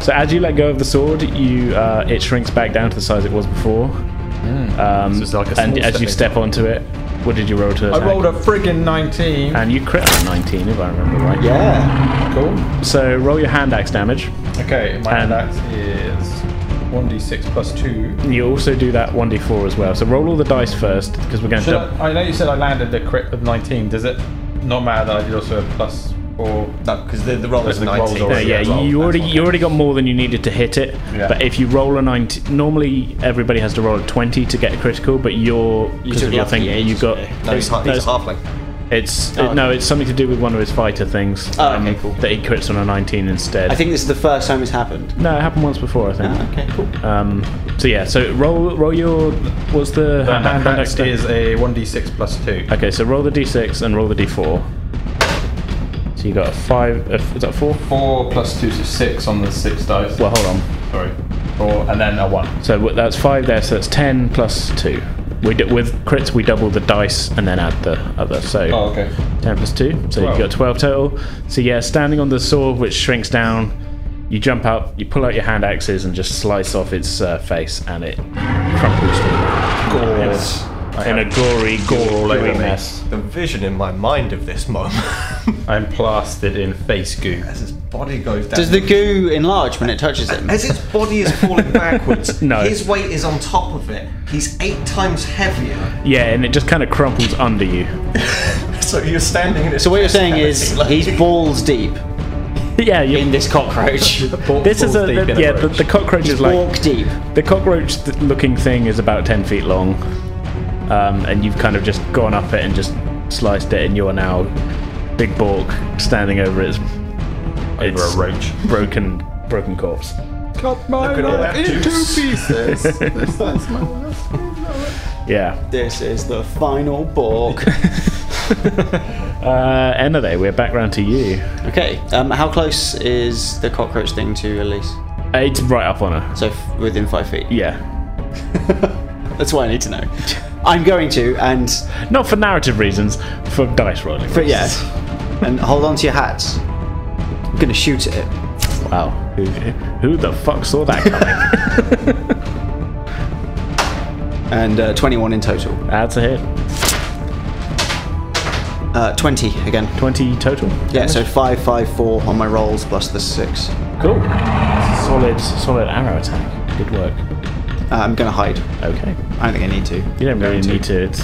Speaker 1: So as you let go of the sword, you uh, it shrinks back down to the size it was before. Um,
Speaker 4: So it's Hmm. like a
Speaker 1: and
Speaker 4: small
Speaker 1: as you
Speaker 4: stepping
Speaker 1: step onto it, what did you roll to
Speaker 4: I
Speaker 1: attack?
Speaker 4: rolled a friggin' 19.
Speaker 1: and you crit on a 19 if I remember right.
Speaker 2: yeah.
Speaker 4: cool.
Speaker 1: So roll your hand axe damage.
Speaker 4: Okay, my
Speaker 1: And-
Speaker 4: hand axe is 1d6 plus 2.
Speaker 1: You also do that 1d4 as well. So roll all the dice first because we're going to.
Speaker 4: Should I, I know you said I landed the crit with 19. Does it not matter that I did also a plus 4?
Speaker 3: No, because the, the roll is
Speaker 4: The roll's
Speaker 3: 19.
Speaker 4: already-
Speaker 1: yeah,
Speaker 4: Oh, yeah,
Speaker 1: yeah
Speaker 4: roll.
Speaker 1: you
Speaker 4: That's
Speaker 1: already
Speaker 4: what
Speaker 1: you already got more than you needed to hit it.
Speaker 4: Yeah.
Speaker 1: But if you roll a 19, normally everybody has to roll a 20 to get a critical. But you're because
Speaker 2: took
Speaker 1: of
Speaker 2: the
Speaker 1: your
Speaker 2: upper
Speaker 1: thing,
Speaker 2: gauge,
Speaker 1: you got
Speaker 2: didn't
Speaker 3: No, he's, ha-
Speaker 1: No,
Speaker 3: he's a
Speaker 1: it's-
Speaker 3: halfling.
Speaker 1: It's
Speaker 2: Oh,
Speaker 1: no, it's something to do with one of his fighter things. Um,
Speaker 2: Oh, okay, cool.
Speaker 1: That he crits on a 19 instead.
Speaker 2: I think Ah. this is the first time it's happened.
Speaker 1: no, it happened once before, I think.
Speaker 2: Okay, cool.
Speaker 1: Um, so yeah, so roll roll your what's the
Speaker 4: The hand axe
Speaker 1: extent?
Speaker 4: is a 1d6 plus 2.
Speaker 1: Okay, so roll the d6 and roll the d4. So you got a five. A, is that a four?
Speaker 4: 4 plus 2 is 6 on the 6 dice.
Speaker 1: Well, hold on.
Speaker 4: Sorry. Four, and then a one.
Speaker 1: So wh- that's five there. So that's ten plus two. We do, with crits, we double the dice and then add the other. So
Speaker 5: Oh, okay.
Speaker 1: 10 plus 2, so you've got 12 total. So, yeah, standing on the sword, which shrinks down, you jump up, you pull out your hand axes, and just slice off its uh, face, and it crumples to the ground. It's in a gory, gore all
Speaker 4: over me.
Speaker 3: The vision in my mind of this moment
Speaker 4: I'm plastered in face goo.
Speaker 3: as his body goes down.
Speaker 2: Does the goo enlarge when it touches him?
Speaker 3: as its body is falling backwards,
Speaker 1: No.
Speaker 3: his weight is on top of it. He's eight times heavier,
Speaker 1: Yeah, and it just kind of crumples under you.
Speaker 3: so you're standing in its
Speaker 2: So what you're
Speaker 3: chest
Speaker 2: saying
Speaker 3: cavity,
Speaker 2: is
Speaker 3: like-
Speaker 2: he's balls deep
Speaker 1: yeah, you
Speaker 2: in this cockroach.
Speaker 1: This is a, the, yeah. The, the cockroach is like
Speaker 2: Walk deep.
Speaker 1: the cockroach th- looking thing is about ten feet long, um, and you've kind of just gone up it and just sliced it, and you are now big Bork standing over its
Speaker 4: over
Speaker 1: it's-
Speaker 4: a roach.
Speaker 1: broken broken corpse.
Speaker 4: Cut my
Speaker 3: at all leg that into juice.
Speaker 4: pieces.
Speaker 1: Yeah.
Speaker 2: This is the final bork.
Speaker 1: Uh, Enade, we're back round to you.
Speaker 2: okay, um, how close is the cockroach thing to Elise?
Speaker 1: It's right up on her.
Speaker 2: So f- within five feet.
Speaker 1: Yeah.
Speaker 2: That's what I need to know. I'm going to, and
Speaker 1: Not for narrative reasons, for dice rolling.
Speaker 2: but yes, and hold on to your hats. I'm gonna shoot at it.
Speaker 1: Wow. Who, who the fuck saw that coming?
Speaker 2: And uh, 21 in total.
Speaker 1: That's a hit.
Speaker 2: Uh, 20 again.
Speaker 1: Twenty total.
Speaker 2: Yeah, so five, five, four on my rolls plus the six. Uh,
Speaker 1: Cool. Solid, solid arrow attack. Good work.
Speaker 2: Uh, I'm gonna hide.
Speaker 1: Okay.
Speaker 2: I don't think I need to.
Speaker 1: You don't really need to. It's,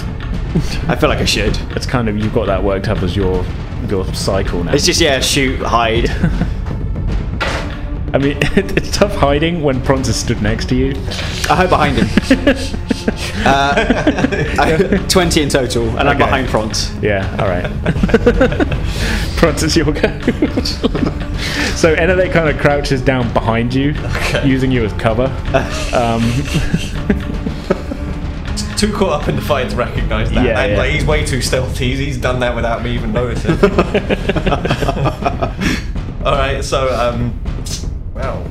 Speaker 2: I feel like I should.
Speaker 1: it's kind of you've got that worked up as your your cycle now.
Speaker 2: It's just yeah, shoot, hide.
Speaker 1: I mean, it's tough hiding when Prons is stood next to you.
Speaker 2: I hide behind him. uh, 20 in total, and I'm
Speaker 1: Okay.
Speaker 2: behind Pront.
Speaker 1: Yeah. All right. Prons is your go. so Enelec kind of crouches down behind you, using you as cover. Um,
Speaker 3: too caught up in the fight to recognise that.
Speaker 1: Yeah,
Speaker 3: and,
Speaker 1: yeah.
Speaker 3: Like, he's way too stealthy. He's, he's done that without me even noticing. All right, so um, well,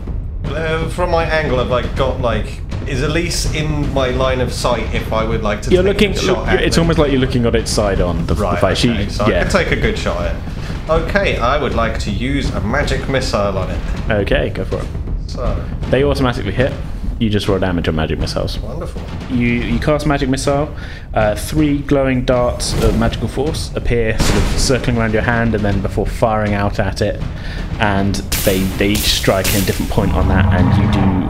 Speaker 3: uh, from my angle, have I got like is Elise in my line of sight if I would like to?
Speaker 1: you're
Speaker 3: take
Speaker 1: looking.
Speaker 3: A
Speaker 1: Look,
Speaker 3: shot at
Speaker 1: it's
Speaker 3: them?
Speaker 1: almost like you're looking on its side on the,
Speaker 3: right.
Speaker 1: the fight.
Speaker 3: okay,
Speaker 1: she,
Speaker 3: so I
Speaker 1: yeah.
Speaker 3: can take a good shot at. it. Okay, I would like to use a magic missile on it.
Speaker 1: okay, go for it.
Speaker 3: So
Speaker 1: They automatically hit. You just roll damage on magic missiles.
Speaker 3: wonderful.
Speaker 1: You, you cast magic missile. Uh, three glowing darts of magical force appear, sort of circling around your hand, and then before firing out at it, and they they each strike in a different point on that, and you do.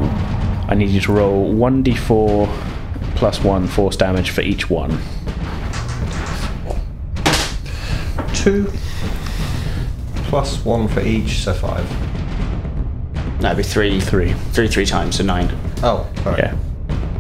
Speaker 1: I need you to roll one d4 plus one force damage for each one.
Speaker 3: Two plus one for each, so five.
Speaker 2: That'd be three,
Speaker 1: Three.
Speaker 2: three, three times, so nine.
Speaker 3: Oh, all right.
Speaker 1: Yeah,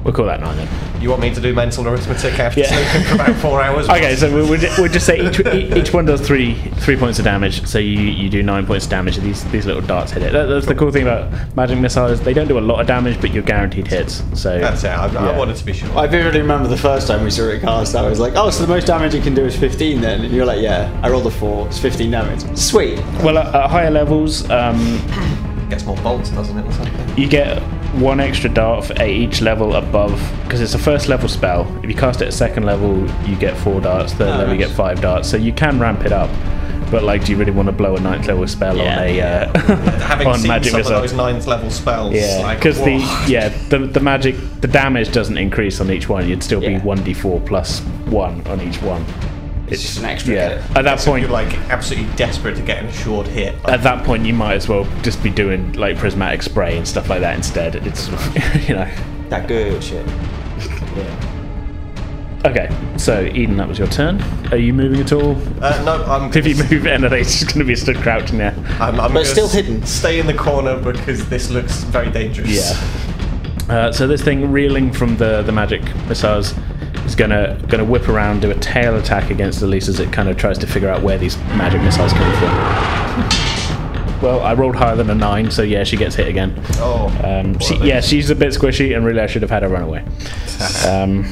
Speaker 1: we'll call that nine then.
Speaker 3: You want me to do mental arithmetic after
Speaker 1: Yeah.
Speaker 3: sleeping for about four hours?
Speaker 1: Okay, so we'll, we'll, ju- we'll just say each, e- each one does three three points of damage. So you, you do nine points of damage. These these little darts hit it. That, that's the cool thing about magic missiles. They don't do a lot of damage, but you're guaranteed hits. So
Speaker 3: That's it. I,
Speaker 1: Yeah.
Speaker 3: I wanted to be sure.
Speaker 2: I vividly remember the first time we saw it cast, I was like, oh, so the most damage it can do is 15 then. And you're like, yeah, I rolled a four, it's 15 damage. Sweet.
Speaker 1: Well, at, at higher levels, um,
Speaker 3: gets more bolts, doesn't it, or something?
Speaker 1: you get one extra dart for at each level above because it's a first level spell. If you cast it at second level, you get four darts. Third
Speaker 2: Oh,
Speaker 1: level, you
Speaker 2: nice.
Speaker 1: get five darts. So you can ramp it up. But like, do you really want to blow a ninth level spell
Speaker 2: Yeah.
Speaker 1: on a uh,
Speaker 3: Having
Speaker 1: on
Speaker 3: seen
Speaker 1: magic
Speaker 3: some
Speaker 1: missile?
Speaker 3: of those ninth level spells,
Speaker 1: Yeah,
Speaker 3: like,
Speaker 1: because the
Speaker 3: whoa.
Speaker 1: yeah the, the magic the damage doesn't increase on each one. You'd still
Speaker 2: Yeah.
Speaker 1: be one d4 plus one on each one.
Speaker 2: It's just an extra
Speaker 1: Yeah,
Speaker 2: hit.
Speaker 1: at that point,
Speaker 3: you're like absolutely desperate to get an assured hit.
Speaker 1: at that point you might as well just be doing like prismatic spray and stuff like that instead. It's sort of, you know.
Speaker 2: That good shit.
Speaker 1: Okay, so Eden, that was your turn. Are you moving at all?
Speaker 3: Uh, no, I'm.
Speaker 1: If you
Speaker 3: gonna-
Speaker 1: move, and it's just going to be stood crouching there.
Speaker 3: I'm,
Speaker 2: But
Speaker 3: I'm gonna
Speaker 2: still
Speaker 3: s-
Speaker 2: hidden.
Speaker 3: Stay in the corner because this looks very dangerous.
Speaker 1: Yeah. Uh, so this thing reeling from the, the magic missiles is gonna gonna whip around, do a tail attack against Elise as it kind of tries to figure out where these magic missiles come from. Well, I rolled higher than a nine, so yeah, she gets hit again.
Speaker 3: Oh.
Speaker 1: Um,
Speaker 3: poor
Speaker 1: she,
Speaker 3: thing.
Speaker 1: yeah, she's a bit squishy, and really I should have had her run away. Um,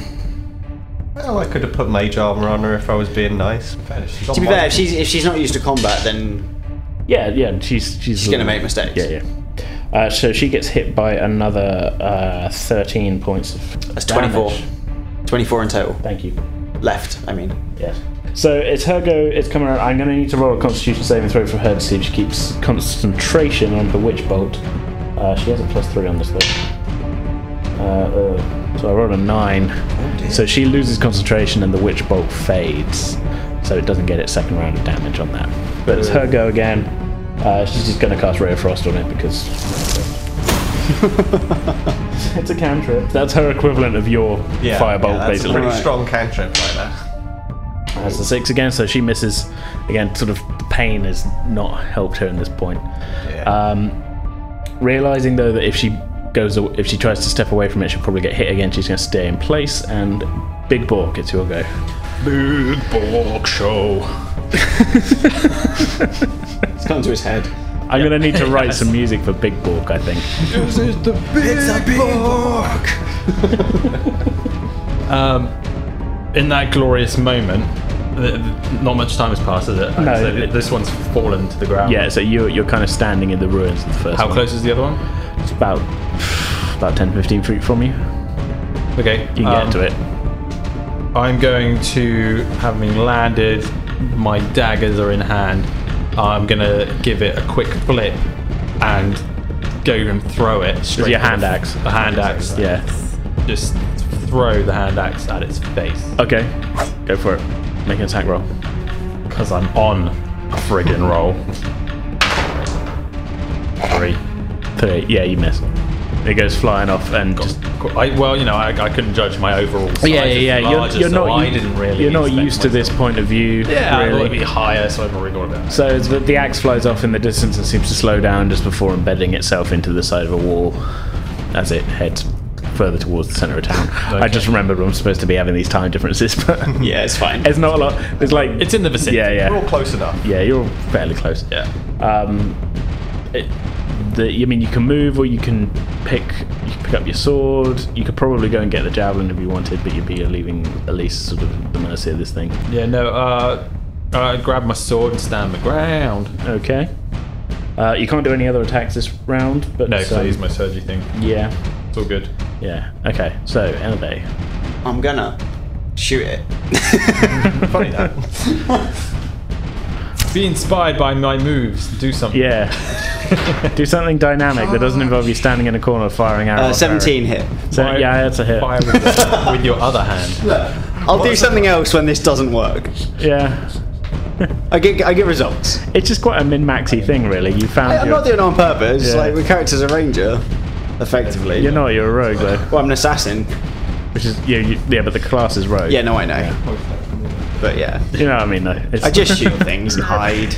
Speaker 3: Well, I could have put mage armor on her if I was being nice.
Speaker 2: To be fair, if she's, if she's not used to combat, then
Speaker 1: yeah, yeah, she's she's,
Speaker 2: she's going to make mistakes.
Speaker 1: Yeah, yeah. Uh, so she gets hit by another uh, thirteen points of
Speaker 2: That's 24.
Speaker 1: damage.
Speaker 2: 24 in total.
Speaker 1: Thank you.
Speaker 2: Left, I mean.
Speaker 1: Yes. So it's her go. It's coming around. I'm going to need to roll a Constitution saving throw for her to see if she keeps concentration on the witch bolt. Uh, she has a plus three on this though. Uh, uh, so I rolled a nine.
Speaker 3: Oh,
Speaker 1: so she loses concentration and the witch bolt fades. So it doesn't get its second round of damage on that. But it's her go again. Uh, she's just going to cast Ray of Frost on it because. it's a cantrip. That's her equivalent of your
Speaker 3: Yeah,
Speaker 1: firebolt,
Speaker 3: yeah, that's
Speaker 1: basically.
Speaker 3: a pretty
Speaker 2: Right.
Speaker 3: strong cantrip like that.
Speaker 1: That's a six again, so she misses. Again, sort of the pain has not helped her in this point.
Speaker 3: Yeah.
Speaker 1: Um, realizing though that if she goes, aw- if she tries to step away from it, she'll probably get hit again. She's going to stay in place. And Big Bork, it's your go. Big Bork show.
Speaker 2: It's come to his head.
Speaker 1: I'm going to need to write some music for Big Bork, I think.
Speaker 4: Um, in that glorious moment, th- th- not much time has passed, has it?
Speaker 1: No.
Speaker 4: So th- this one's fallen to the ground.
Speaker 1: Yeah, so you're you're kind of standing in the ruins of the first.
Speaker 4: How
Speaker 1: one.
Speaker 4: close is the other one?
Speaker 1: It's about about 10, 15 feet from you.
Speaker 4: Okay.
Speaker 1: You can
Speaker 4: um,
Speaker 1: get to it.
Speaker 4: I'm going to, having landed, my daggers are in hand. I'm going to give it a quick flip and go and throw it straight.
Speaker 1: your
Speaker 4: at
Speaker 1: hand
Speaker 4: the-
Speaker 1: axe.
Speaker 4: A hand axe.
Speaker 1: Yeah.
Speaker 4: Just throw the hand axe at its face.
Speaker 1: Okay. Go for it. Make an attack roll. Oh.
Speaker 4: Because I'm on a friggin' roll. Three.
Speaker 1: Three. Yeah, you miss. It goes flying off and just.
Speaker 4: I, well, you know, I, I couldn't judge my overall size.
Speaker 1: yeah,
Speaker 4: as
Speaker 1: yeah, yeah. You're,
Speaker 4: larger,
Speaker 1: you're
Speaker 4: so
Speaker 1: not.
Speaker 4: I
Speaker 1: u-
Speaker 4: didn't really.
Speaker 1: you're not
Speaker 4: expect
Speaker 1: used to this
Speaker 4: myself-
Speaker 1: point of view.
Speaker 4: Yeah, I thought it'd
Speaker 1: really.
Speaker 4: be higher, so I've already got about.
Speaker 1: So it's that the axe flies off in the distance and seems to slow down just before embedding itself into the side of a wall as it heads further towards the center of town. I
Speaker 4: Okay.
Speaker 1: just remembered I'm supposed to be having these time differences, but
Speaker 2: Yeah, it's fine.
Speaker 1: it's not a lot. It's like
Speaker 4: It's in the vicinity.
Speaker 1: yeah, yeah,
Speaker 3: We're all close enough.
Speaker 1: yeah. You're fairly close.
Speaker 4: Yeah.
Speaker 1: Um, it, the, I mean, you can move or you can pick you can pick up your sword. You could probably go and get the javelin if you wanted, but you'd be leaving at least sort of the mercy of this thing.
Speaker 4: Yeah, no, uh, I grab my sword and stand my ground.
Speaker 1: Okay. Uh, you can't do any other attacks this round, but
Speaker 4: No, because I
Speaker 1: um,
Speaker 4: use my surgery thing.
Speaker 1: yeah,
Speaker 4: It's all good.
Speaker 1: yeah. Okay, so Elbe.
Speaker 2: I'm gonna shoot it.
Speaker 3: Funny that.
Speaker 4: Be inspired by my moves. Do something.
Speaker 1: Yeah, do something dynamic that doesn't involve you standing in a corner firing arrows.
Speaker 2: Uh, 17 hit.
Speaker 1: So, yeah, that's a hit.
Speaker 4: Fire with, your- with your other hand.
Speaker 2: I'll do something else when this doesn't work.
Speaker 1: Yeah,
Speaker 2: I get, I get results.
Speaker 1: it's just quite a min-maxy thing, really. You found
Speaker 2: I'm
Speaker 1: your-
Speaker 2: not doing it on purpose.
Speaker 1: Yeah.
Speaker 2: Like, the character's a ranger, effectively.
Speaker 1: You're not. You're a rogue though,
Speaker 2: Well, I'm an assassin.
Speaker 1: which is yeah, you, yeah. But the class is rogue.
Speaker 2: Yeah, no, I know. But yeah.
Speaker 1: You know what I mean, though. It's,
Speaker 2: I just shoot things and hide.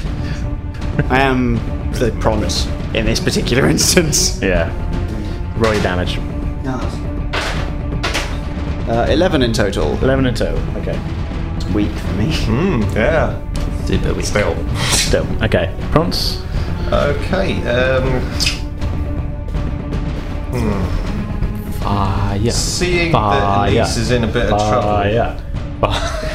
Speaker 2: I am the prompt in this particular instance.
Speaker 1: yeah. Roy damage.
Speaker 2: Uh, 11 Uh, in total.
Speaker 1: Eleven and two. Okay.
Speaker 2: That's weak for me.
Speaker 3: Mm, yeah.
Speaker 2: Super weak.
Speaker 3: Still.
Speaker 1: Still. Okay. Prance.
Speaker 3: Okay. Um,
Speaker 4: Ah, yes.
Speaker 3: seeing that Elise
Speaker 4: Fire.
Speaker 3: is in a bit of trouble.
Speaker 1: Ah, yeah.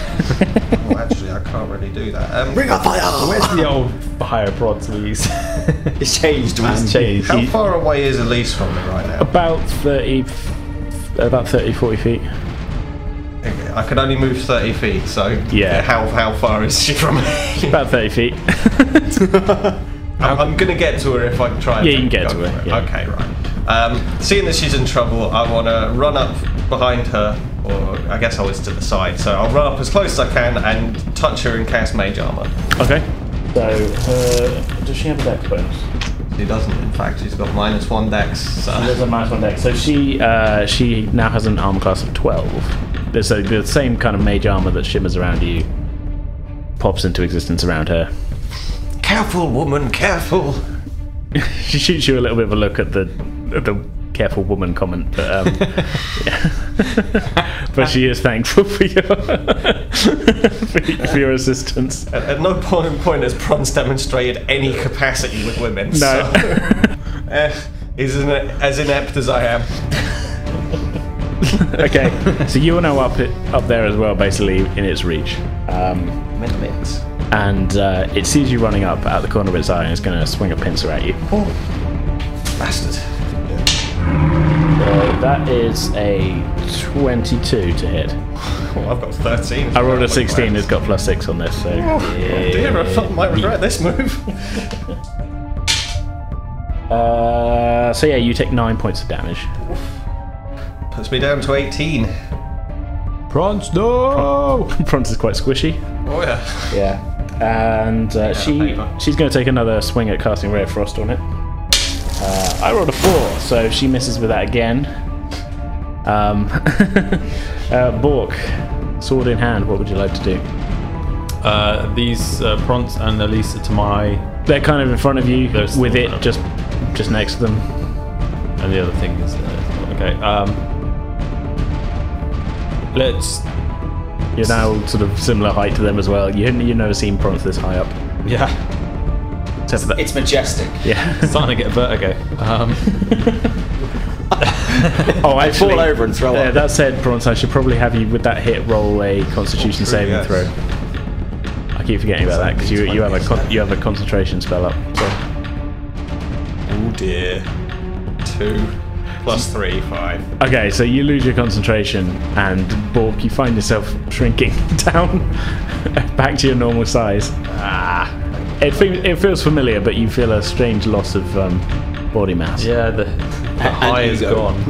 Speaker 3: Well, actually, I can't really do that. Um,
Speaker 2: Ring of fire!
Speaker 4: Where's the old fire prod, please?
Speaker 2: It's changed, man.
Speaker 4: It's changed.
Speaker 3: how far away is Elise from me right now?
Speaker 1: About 30, about 30, 40 feet.
Speaker 3: Okay, I can only move 30 feet, so
Speaker 1: Yeah.
Speaker 3: How how far is she from me?
Speaker 1: About 30 feet.
Speaker 3: I'm, I'm gonna get to her if I can try. and
Speaker 1: Yeah, you can
Speaker 3: go
Speaker 1: get to
Speaker 3: for
Speaker 1: her,
Speaker 3: it.
Speaker 1: yeah.
Speaker 3: Okay, right. Um, seeing that she's in trouble, I want to run up behind her, or I guess I was to the side. So I'll run up as close as I can and touch her and cast Mage Armor.
Speaker 1: okay. So, uh, does she have a dex bonus?
Speaker 3: She doesn't. In fact, she's got minus one dex.
Speaker 1: She has
Speaker 3: So.
Speaker 1: a minus one dex. So she uh, she now has an armor class of 12. There's so the same kind of mage armor that shimmers around you pops into existence around her.
Speaker 3: Careful, woman, careful.
Speaker 1: She shoots you a little bit of a look at the at the careful woman comment, but um, yeah. but she is thankful for your for, for your assistance.
Speaker 3: At, at no point, point has Prons demonstrated any capacity with women. No. So, eh, is in as inept as I am.
Speaker 1: Okay, so you are now up it, up there as well, basically in its reach, um,
Speaker 3: Middle bits.
Speaker 1: and uh, it sees you running up out the corner of its eye and it's going to swing a pincer at you.
Speaker 3: Oh, bastard.
Speaker 1: Uh, that is a 22 to hit.
Speaker 3: Oh, I've got 13.
Speaker 1: I rolled a 16, it's got plus 6 on this, so.
Speaker 3: Oh, dear, I felt- might regret this move.
Speaker 1: Uh, so yeah, you take 9 points of damage.
Speaker 3: Puts me down to 18.
Speaker 4: Prance, no!
Speaker 1: Prance is quite squishy.
Speaker 3: Oh, yeah.
Speaker 1: Yeah. And uh, she
Speaker 3: paper.
Speaker 1: she's going to take another swing at casting Ray of Frost on it. Uh, I rolled a four, so she misses with that again. Um, uh, Bork, sword in hand, what would you like to do?
Speaker 4: Uh, these uh, Prance and Elise are to my.
Speaker 1: They're kind of in front of you
Speaker 4: They're still
Speaker 1: with it
Speaker 4: up.
Speaker 1: just just next to them.
Speaker 4: And the other thing is. Uh, okay. Um, let's.
Speaker 1: You're now sort of similar height to them as well. You you've never seen Prance this high up,
Speaker 4: Yeah.
Speaker 1: except for that.
Speaker 2: It's majestic.
Speaker 1: yeah.
Speaker 4: Starting to get vertigo. Um,
Speaker 1: oh, actually,
Speaker 2: Fall over and throw
Speaker 1: yeah,
Speaker 2: up.
Speaker 1: that said, Prance, I should probably have you with that hit roll a Constitution
Speaker 3: true,
Speaker 1: saving
Speaker 3: yes.
Speaker 1: throw. I keep forgetting about that because you, you have a con- you have a concentration spell up.
Speaker 3: Oh, dear. Two. Plus three, five.
Speaker 1: Okay, so you lose your concentration, and Bork, you find yourself shrinking down back to your normal size. Ah, it, fe- it feels familiar, but you feel a strange loss of um, body mass.
Speaker 4: Yeah, the, the high is
Speaker 2: ego.
Speaker 4: gone.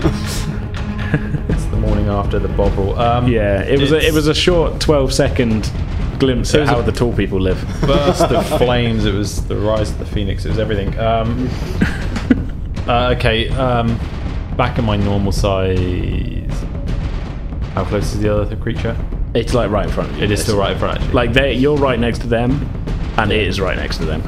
Speaker 4: it's the morning after the bobble. Um,
Speaker 1: Yeah, it was a, it
Speaker 4: it's
Speaker 1: was a short twelve second glimpse at
Speaker 4: It was
Speaker 1: how
Speaker 4: a-
Speaker 1: the tall people live.
Speaker 4: burst of flames. It was the rise of the phoenix. It was everything. Um, uh, okay, um, back in my normal size. How close is the other creature?
Speaker 1: It's like right in front of you.
Speaker 4: It is still right in front. Actually.
Speaker 1: Like they, you're right next to them, and it is right next to them.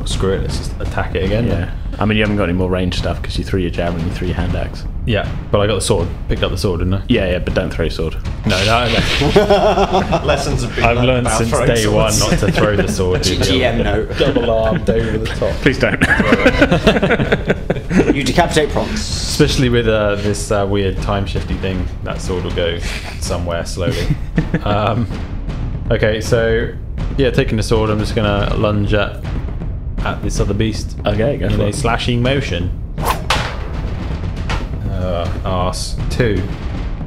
Speaker 4: oh, screw it. Let's just attack it again.
Speaker 1: Yeah. I mean, you haven't got any more range stuff because you threw your javelin, you threw your hand axe.
Speaker 4: Yeah, but I got the sword. Picked up the sword, didn't I?
Speaker 1: Yeah, yeah, but don't throw sword.
Speaker 4: No, no, no.
Speaker 3: Lessons have been
Speaker 4: I've
Speaker 3: learned
Speaker 4: learned
Speaker 3: about
Speaker 4: since
Speaker 3: throwing
Speaker 4: day one
Speaker 3: swords.
Speaker 4: not to throw the sword.
Speaker 2: G- GM note.
Speaker 4: Double armed over the top.
Speaker 1: Please don't.
Speaker 2: You decapitate Prons.
Speaker 4: Especially with uh, this uh, weird time shifty thing, that sword will go somewhere slowly. um, okay, so yeah, taking the sword, I'm just gonna lunge at at this other beast
Speaker 1: okay, go
Speaker 4: in
Speaker 1: for
Speaker 4: a
Speaker 1: it.
Speaker 4: slashing motion. Uh, arse two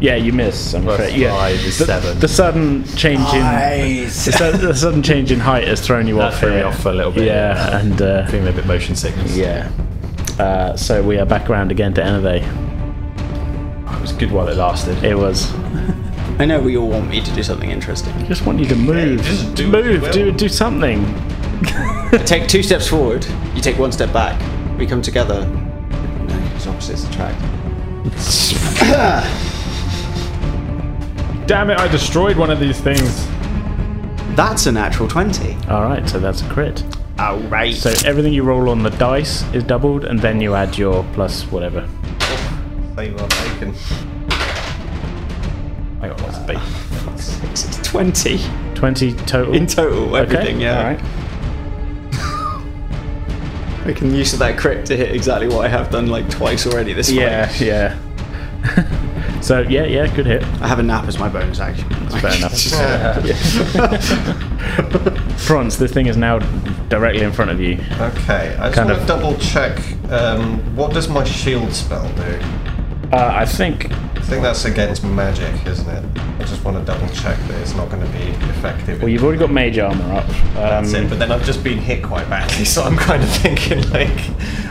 Speaker 1: Yeah, you miss. I'm
Speaker 4: plus
Speaker 1: afraid. Yeah.
Speaker 4: five is
Speaker 1: the,
Speaker 4: seven.
Speaker 1: the sudden change in the, su- the sudden change in height has thrown you
Speaker 4: That
Speaker 1: off.
Speaker 4: threw me
Speaker 1: here.
Speaker 4: off a little bit,
Speaker 1: Yeah,
Speaker 4: yeah.
Speaker 1: and uh,
Speaker 4: Feeling a bit motion sickness.
Speaker 1: yeah. Uh, so we are back around again to Enerve.
Speaker 4: it was good while it lasted.
Speaker 1: It was.
Speaker 2: I know we all want me to do something interesting.
Speaker 1: Just want you to move.
Speaker 3: just do what you
Speaker 1: move.
Speaker 3: will.
Speaker 1: Do do something.
Speaker 2: I take two steps forward, you take one step back. We come together. No, it's opposites attract.
Speaker 4: Damn it! I destroyed one of these things.
Speaker 2: That's a natural 20.
Speaker 1: All right, so that's a crit.
Speaker 2: Alright.
Speaker 1: So everything you roll on the dice is doubled, and then you add your plus whatever.
Speaker 3: They were bacon.
Speaker 4: I got lots of bait.
Speaker 2: it's 20
Speaker 1: Twenty total.
Speaker 2: in total,
Speaker 1: Okay,
Speaker 2: everything, yeah.
Speaker 1: All right.
Speaker 2: Making use of that crit to hit exactly what I have done like twice already this
Speaker 1: Yeah,
Speaker 2: fight.
Speaker 1: yeah. so yeah, yeah, good hit.
Speaker 2: I have a nap as my bonus action.
Speaker 1: Fair enough. Franz, this thing is now directly in front of you.
Speaker 3: Okay, I just
Speaker 1: Kind
Speaker 3: want
Speaker 1: of-
Speaker 3: to double check. Um, what does my shield spell do?
Speaker 1: Uh, I think
Speaker 3: I think that's against magic, isn't it? I just want to double check that it's not going to be effective.
Speaker 1: well, you've already got mage armor up. Um,
Speaker 3: That's it, but then I've just been hit quite badly, so I'm kind of thinking like,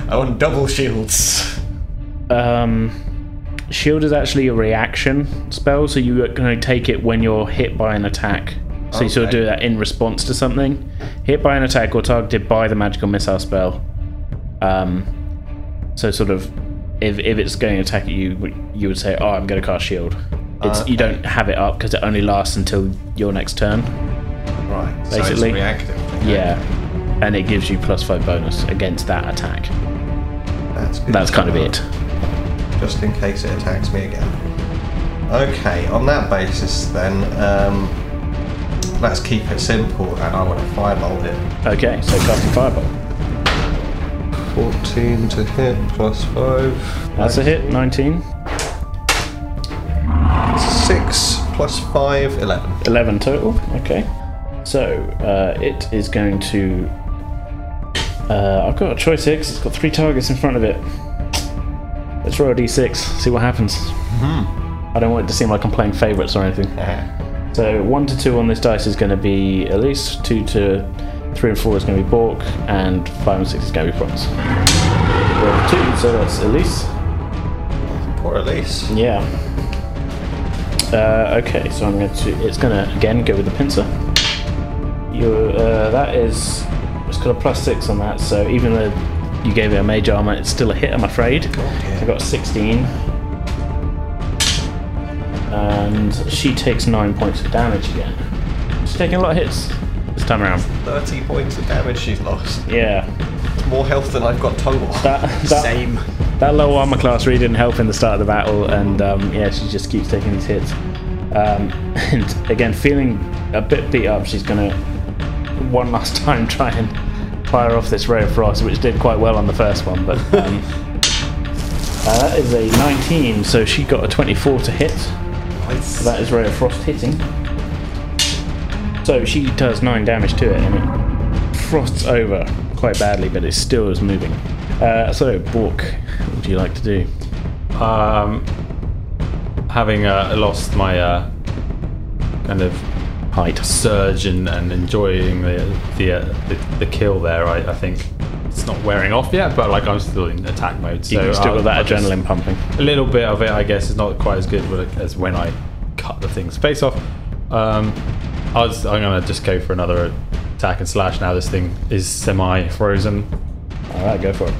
Speaker 3: I want double shields.
Speaker 1: Um, shield is actually a reaction spell, so you can only take it when you're hit by an attack. So you sort of
Speaker 3: Okay.
Speaker 1: do that in response to something. Hit by an attack or targeted by the magical missile spell. Um, so sort of, if, if it's going to attack at you, you would say, "Oh, I'm going to cast shield." It's you don't have it up because it only lasts until your next turn.
Speaker 3: Right, so it's
Speaker 1: Basically.
Speaker 3: reactive. Okay,
Speaker 1: Yeah, and it gives you plus five bonus against that attack.
Speaker 3: That's, good
Speaker 1: That's
Speaker 3: to
Speaker 1: kind of
Speaker 3: know,
Speaker 1: it.
Speaker 3: Just in case it attacks me again. Okay, on that basis then, um, let's keep it simple and I want to firebolt it.
Speaker 1: Okay, so casting fireball.
Speaker 3: 14 to hit, plus 5.
Speaker 1: That's a hit. Nineteen.
Speaker 3: 6 plus 5, 11.
Speaker 1: 11 total. Okay. So, uh, it is going to. Uh, I've got a choice here 'cause it's got three targets in front of it. Let's roll a d6, see what happens. I don't want it to seem like I'm playing favourites or anything. So one to two on this dice is going to be Elise, two to three and four is going to be Bork, and five and six is going to be Bronze. Roll two, so that's Elise.
Speaker 3: Poor Elise.
Speaker 1: Yeah. Uh, okay, so I'm going to. It's going to again go with the pincer. You uh, that is. It's got a plus six on that, so even though you gave it a mage armor, it's still a hit. I'm afraid. I got 16. And she takes nine points of damage again. She's taking a lot of hits this time around.
Speaker 3: 30 points of damage she's lost.
Speaker 1: Yeah.
Speaker 3: It's more health than I've got total.
Speaker 1: That, that,
Speaker 2: Same.
Speaker 1: That low armor class really didn't help in the start of the battle, and um, yeah, she just keeps taking these hits. Um, and again, feeling a bit beat up, she's gonna one last time try and fire off this ray of frost, which did quite well on the first one. But um, uh, that is a 19, so she got a 24 to hit. So that is ray of frost hitting. So she does nine damage to it, and it frosts over quite badly, but it still is moving. Uh, so, Bork, what would you like to do?
Speaker 4: Um, having uh, lost my uh, kind of
Speaker 1: Height.
Speaker 4: surge and, and enjoying the the, uh, the the kill there, I, I think it's not wearing off yet, but like I'm still in attack mode. So
Speaker 1: You can still
Speaker 4: I'll-
Speaker 1: got that
Speaker 4: I'll just-
Speaker 1: adrenaline pumping.
Speaker 4: a little bit of it, I guess, is not quite as good with- as when I cut the thing's face off. Um, I was, I'm gonna just go for another attack and slash. Now this thing is semi-frozen.
Speaker 1: All right, go for it.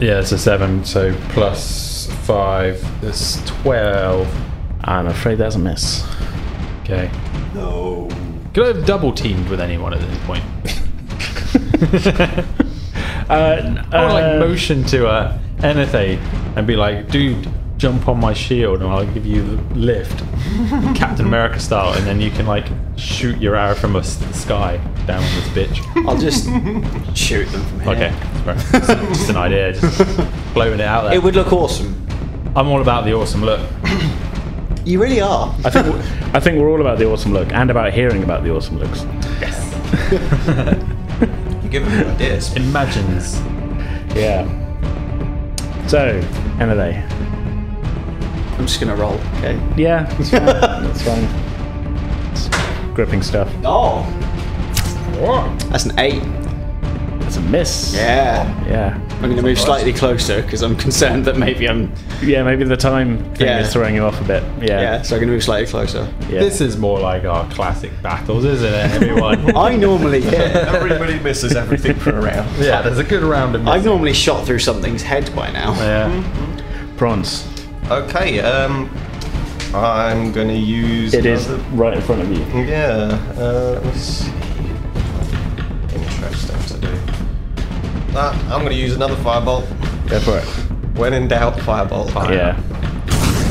Speaker 4: Yeah, it's a seven, so plus five. That's twelve.
Speaker 1: I'm afraid that's a miss.
Speaker 4: Okay. No. Could I have double teamed with anyone at this point? I would like motion to uh, Enethe and be like, dude, jump on my shield and I'll give you the lift, Captain America style, and then you can like shoot your arrow from a s- the sky down on this bitch.
Speaker 2: I'll just shoot them from here.
Speaker 4: Okay, right. Just- just an idea, just blowing it out there.
Speaker 2: It would look awesome.
Speaker 4: I'm all about the awesome look.
Speaker 2: You really are.
Speaker 1: I think I think we're all about the awesome look and about hearing about the awesome looks.
Speaker 3: You're giving me ideas.
Speaker 4: Imagines.
Speaker 1: Yeah. So, end of day.
Speaker 2: I'm just gonna roll. Okay.
Speaker 1: Yeah, that's fine. that's fine. It's gripping stuff.
Speaker 2: Oh, that's an eight.
Speaker 1: That's a miss.
Speaker 2: Yeah.
Speaker 1: Yeah.
Speaker 2: I'm gonna move slightly closer because I'm concerned that maybe I'm.
Speaker 1: Yeah, maybe the time thing
Speaker 2: Yeah.
Speaker 1: is throwing you off a bit.
Speaker 2: Yeah.
Speaker 1: Yeah.
Speaker 2: So I'm gonna move slightly closer.
Speaker 1: yeah.
Speaker 4: This is more like our classic battles, isn't it, everyone?
Speaker 2: I normally hit.
Speaker 3: Everybody misses everything for a round.
Speaker 4: yeah, there's a good round of Mm-hmm.
Speaker 2: I've
Speaker 4: missing.
Speaker 2: normally shot through something's head by now.
Speaker 4: Yeah.
Speaker 1: bronze.
Speaker 3: Okay, um, I'm gonna use.
Speaker 1: It is
Speaker 3: another-
Speaker 1: right in front of you.
Speaker 3: Yeah. Uh, let's see. Interesting to do. Uh, I'm gonna use another firebolt.
Speaker 1: Go for it.
Speaker 3: When in doubt, firebolt.
Speaker 1: Yeah.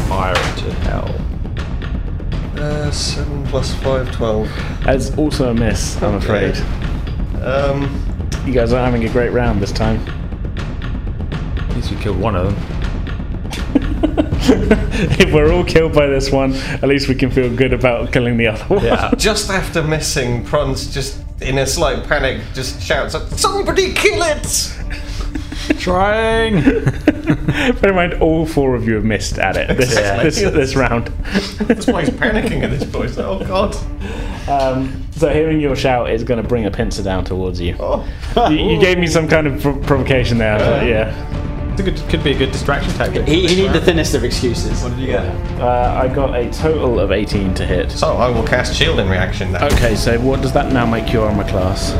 Speaker 4: Fire it to hell.
Speaker 3: Uh, seven plus five, twelve.
Speaker 1: That's also a miss, I'm
Speaker 3: Okay.
Speaker 1: afraid.
Speaker 3: Um,
Speaker 1: You guys are having a great round this time.
Speaker 4: At least we killed one of them.
Speaker 1: if we're all killed by this one, at least we can feel good about killing the other one.
Speaker 4: Yeah.
Speaker 3: just after missing, Prons just in a slight panic just shouts, "Somebody kill it!"
Speaker 4: Trying!
Speaker 1: Bear in mind, all four of you have missed at it this,
Speaker 4: Yeah.
Speaker 1: this, this round.
Speaker 3: That's why he's panicking at this point. He's like, Oh God!
Speaker 1: Um, so hearing your shout is going to bring a pincer down towards you.
Speaker 3: Oh.
Speaker 1: You, you gave me some kind of prov- provocation there. but yeah.
Speaker 4: It's a good, could be a good distraction tactic.
Speaker 2: He, he needed the thinnest of excuses.
Speaker 3: What did you get?
Speaker 1: Uh, I got a total of 18 to hit.
Speaker 3: So I will cast shield in reaction then.
Speaker 1: Okay, so what does that now make your armor class?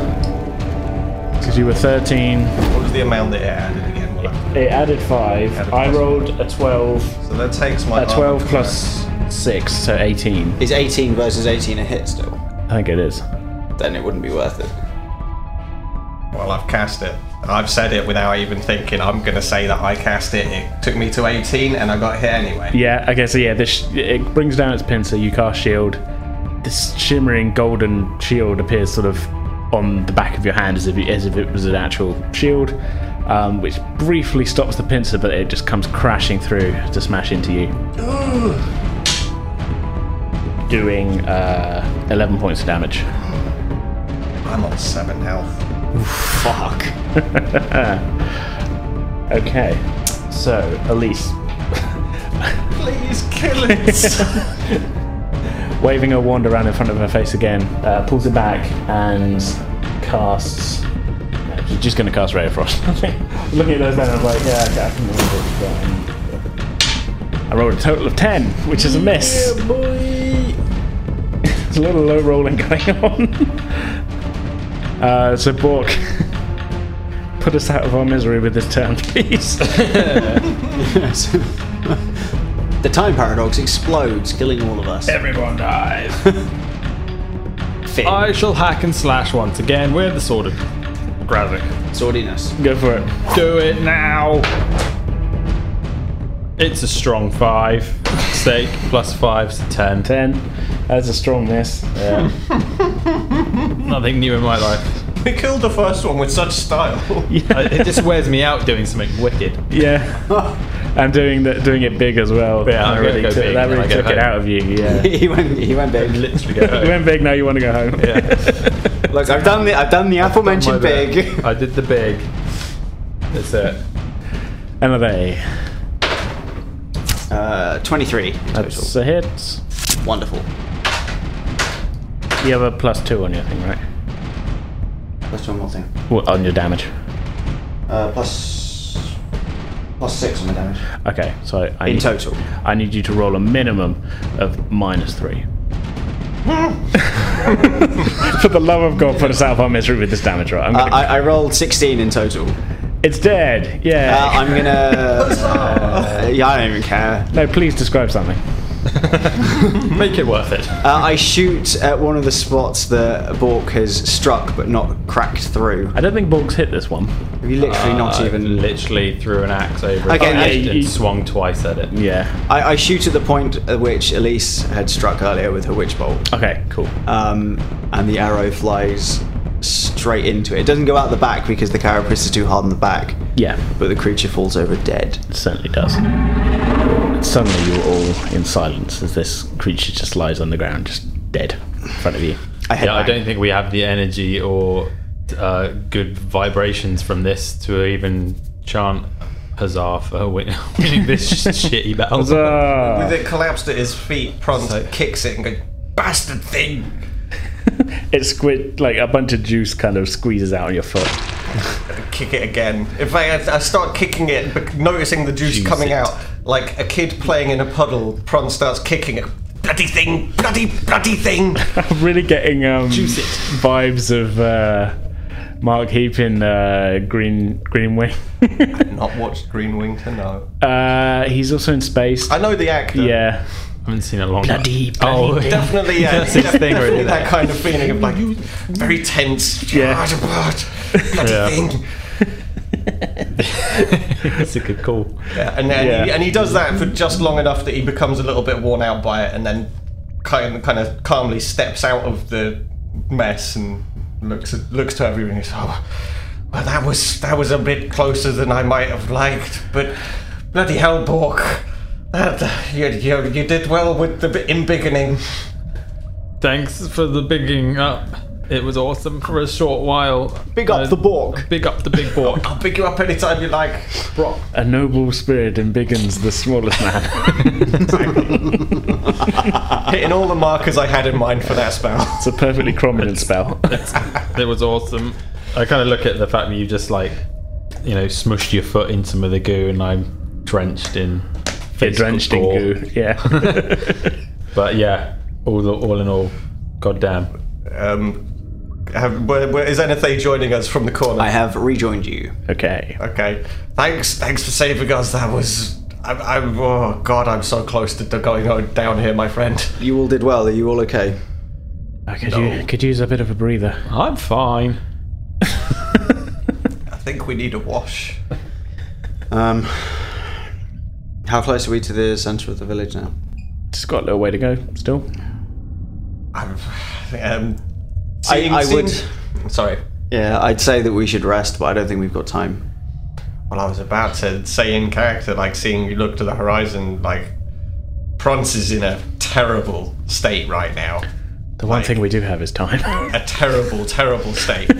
Speaker 1: Because you were 13,
Speaker 3: What was the amount that it added again? We'll have
Speaker 1: It added five.
Speaker 3: Added
Speaker 1: I
Speaker 3: five.
Speaker 1: rolled a twelve.
Speaker 3: to- So that takes my
Speaker 1: A
Speaker 3: armor
Speaker 1: Uh, twelve
Speaker 3: class-
Speaker 1: plus six, so eighteen.
Speaker 2: Is 18 versus 18 a hit still?
Speaker 1: I think it is.
Speaker 2: Then it wouldn't be worth it.
Speaker 3: Well, I've cast it. I've said it without even thinking. I'm going to say that I cast it. It took me to 18 and I got hit anyway.
Speaker 1: Yeah. Okay. So yeah, this it brings down its pincer. You cast shield. This shimmering golden shield appears sort of on the back of your hand as if it, as if it was an actual shield, um, which briefly stops the pincer, but it just comes crashing through to smash into you, doing uh, eleven points of damage.
Speaker 3: I'm on 7 health.
Speaker 2: Fuck.
Speaker 1: Okay. So, Elise,
Speaker 3: Please kill it.
Speaker 1: waving her wand around in front of her face again, uh, pulls it back and casts. no, She's just going to cast Ray of Frost. Looking at those, then I'm like, yeah, okay, I can remember what we've got. I rolled a total of 10, which is a miss. There's a lot of low rolling going on. Uh, so, Bork, put us out of our misery with this turn, please.
Speaker 2: So- the time paradox explodes, killing all of us.
Speaker 1: Everyone dies.
Speaker 2: Finn,
Speaker 4: I shall hack and slash once again with the sword. Grazik.
Speaker 2: swordiness.
Speaker 1: Go for it.
Speaker 4: Do it now! It's a strong five. Sake plus five to ten.
Speaker 1: 10. That's a strong miss. Yeah.
Speaker 4: Nothing new in my life.
Speaker 3: we killed the first one with such style.
Speaker 4: I- it just wears me out doing something wicked.
Speaker 1: yeah. And doing the, doing it big as well.
Speaker 4: Yeah,
Speaker 1: that
Speaker 4: I'm gonna
Speaker 1: really,
Speaker 4: go
Speaker 1: took,
Speaker 4: big,
Speaker 1: that
Speaker 4: then
Speaker 1: really
Speaker 4: I go
Speaker 1: took it
Speaker 4: home.
Speaker 1: out of you. Yeah.
Speaker 2: he went. He went big.
Speaker 4: Literally go
Speaker 1: you went big, now you want to go home.
Speaker 4: Yeah.
Speaker 2: Look, I've done the. I've done the aforementioned
Speaker 4: My bad.
Speaker 2: big.
Speaker 4: I did the big. That's it.
Speaker 1: Another A.
Speaker 2: Uh, Twenty-three. in
Speaker 1: That's
Speaker 2: Total.
Speaker 1: a hit.
Speaker 2: Wonderful.
Speaker 1: You have a plus two on your thing, right?
Speaker 2: Plus one more thing.
Speaker 1: Well, on your damage.
Speaker 2: Uh, plus. Plus six on the damage.
Speaker 1: Okay, so I, I
Speaker 2: In
Speaker 1: need,
Speaker 2: total.
Speaker 1: I need you to roll a minimum of minus three. For the love of God, put us out of our misery with this damage, right? I'm
Speaker 2: Uh,
Speaker 1: gonna,
Speaker 2: I, I rolled sixteen in total.
Speaker 1: it's dead. Yeah.
Speaker 2: Uh, I'm gonna. uh, yeah, I don't even care.
Speaker 1: no, please describe something.
Speaker 4: Make it worth it.
Speaker 2: Uh, I shoot at one of the spots that Bork has struck but not cracked through.
Speaker 1: I don't think Borg's hit this one.
Speaker 2: Have you literally not
Speaker 4: I
Speaker 2: even
Speaker 4: literally threw an axe over
Speaker 2: Okay,
Speaker 4: his
Speaker 2: yeah,
Speaker 4: head
Speaker 1: you-
Speaker 4: and swung twice at it.
Speaker 1: Yeah.
Speaker 2: I, I shoot at the point at which Elise had struck earlier with her witch bolt,
Speaker 1: Okay, cool.
Speaker 2: um, and the arrow flies straight into it. It doesn't go out the back because the carapace is too hard on the back,
Speaker 1: Yeah,
Speaker 2: but the creature falls over dead.
Speaker 1: it certainly does. Suddenly, you're all in silence as this creature just lies on the ground, just dead in front of you.
Speaker 2: I head
Speaker 4: Yeah, I
Speaker 2: back.
Speaker 4: don't think we have the energy or uh, good vibrations from this to even chant huzzah for win- winning this shitty battle.
Speaker 1: Ah,
Speaker 3: With it collapsed at his feet, Pront kicks it and goes, bastard thing!
Speaker 1: It squid like a bunch of juice kind of squeezes out on your foot.
Speaker 3: Kick it again. In fact, I, I start kicking it, but noticing the juice
Speaker 4: Juice
Speaker 3: coming
Speaker 4: it.
Speaker 3: out. Like a kid playing in a puddle, Pront starts kicking it. Bloody thing! Bloody, bloody thing!
Speaker 1: I'm really getting um,
Speaker 4: Juice it.
Speaker 1: vibes of uh, Mark Heap in uh, Green Green Wing.
Speaker 3: Not watched Green Wing to know.
Speaker 1: uh, he's also in space.
Speaker 3: I know the actor.
Speaker 1: yeah.
Speaker 4: I haven't seen it in a long
Speaker 1: Bloody,
Speaker 4: time. Oh,
Speaker 1: bloody thing.
Speaker 3: Definitely, yeah.
Speaker 4: That's his thing
Speaker 3: definitely
Speaker 4: really there.
Speaker 3: that kind of feeling of like very tense.
Speaker 1: Yeah.
Speaker 3: Bloody
Speaker 4: Yeah.
Speaker 3: thing.
Speaker 4: That's a good call.
Speaker 3: Yeah, and, and, He,
Speaker 1: Yeah.
Speaker 3: and he does that for just long enough that he becomes a little bit worn out by it, and then kind of, kind of calmly steps out of the mess and looks at, looks to everyone and says, "Oh, well, that was that was a bit closer than I might have liked, but bloody hell, Bork, that you, you, you did well with the bit in beginning.
Speaker 4: Thanks for the bigging up. It was awesome for a short while.
Speaker 2: Big up
Speaker 4: Uh,
Speaker 2: the Bork.
Speaker 4: Big up the big bork.
Speaker 3: I'll pick you up anytime you like."
Speaker 4: Brock.
Speaker 1: A noble spirit embiggens the smallest man.
Speaker 3: Hitting all the markers I had in mind for that spell.
Speaker 1: it's a perfectly prominent spell.
Speaker 4: It was awesome. I kind of look at the fact that you just like, you know, smushed your foot in some of the goo, and I'm drenched in.
Speaker 1: Get drenched in
Speaker 4: ball.
Speaker 1: goo. Yeah.
Speaker 4: But yeah, all the, all in all, goddamn.
Speaker 3: Um, have, where, where, is Anathay joining us from the corner?
Speaker 2: I have rejoined you.
Speaker 1: okay.
Speaker 3: Okay. Thanks. Thanks for saving us. That was. I'm. I'm oh God! I'm so close to to going on down here, my friend.
Speaker 2: You all did well. Are you all okay?
Speaker 1: I could, u- could use a bit of a breather.
Speaker 4: I'm fine.
Speaker 3: I think we need a wash.
Speaker 2: Um, how close are we to the centre of the village now?
Speaker 1: Just got a little way to go still.
Speaker 3: I'm. Um,
Speaker 2: I- I would-
Speaker 3: would. Sorry.
Speaker 2: Yeah, I'd say that we should rest, but I don't think we've got time.
Speaker 3: Well, I was about to say in character, like seeing you look to the horizon, like Prance is in a terrible state right now.
Speaker 1: The one
Speaker 3: Like-
Speaker 1: thing we do have is time.
Speaker 3: A terrible, terrible state.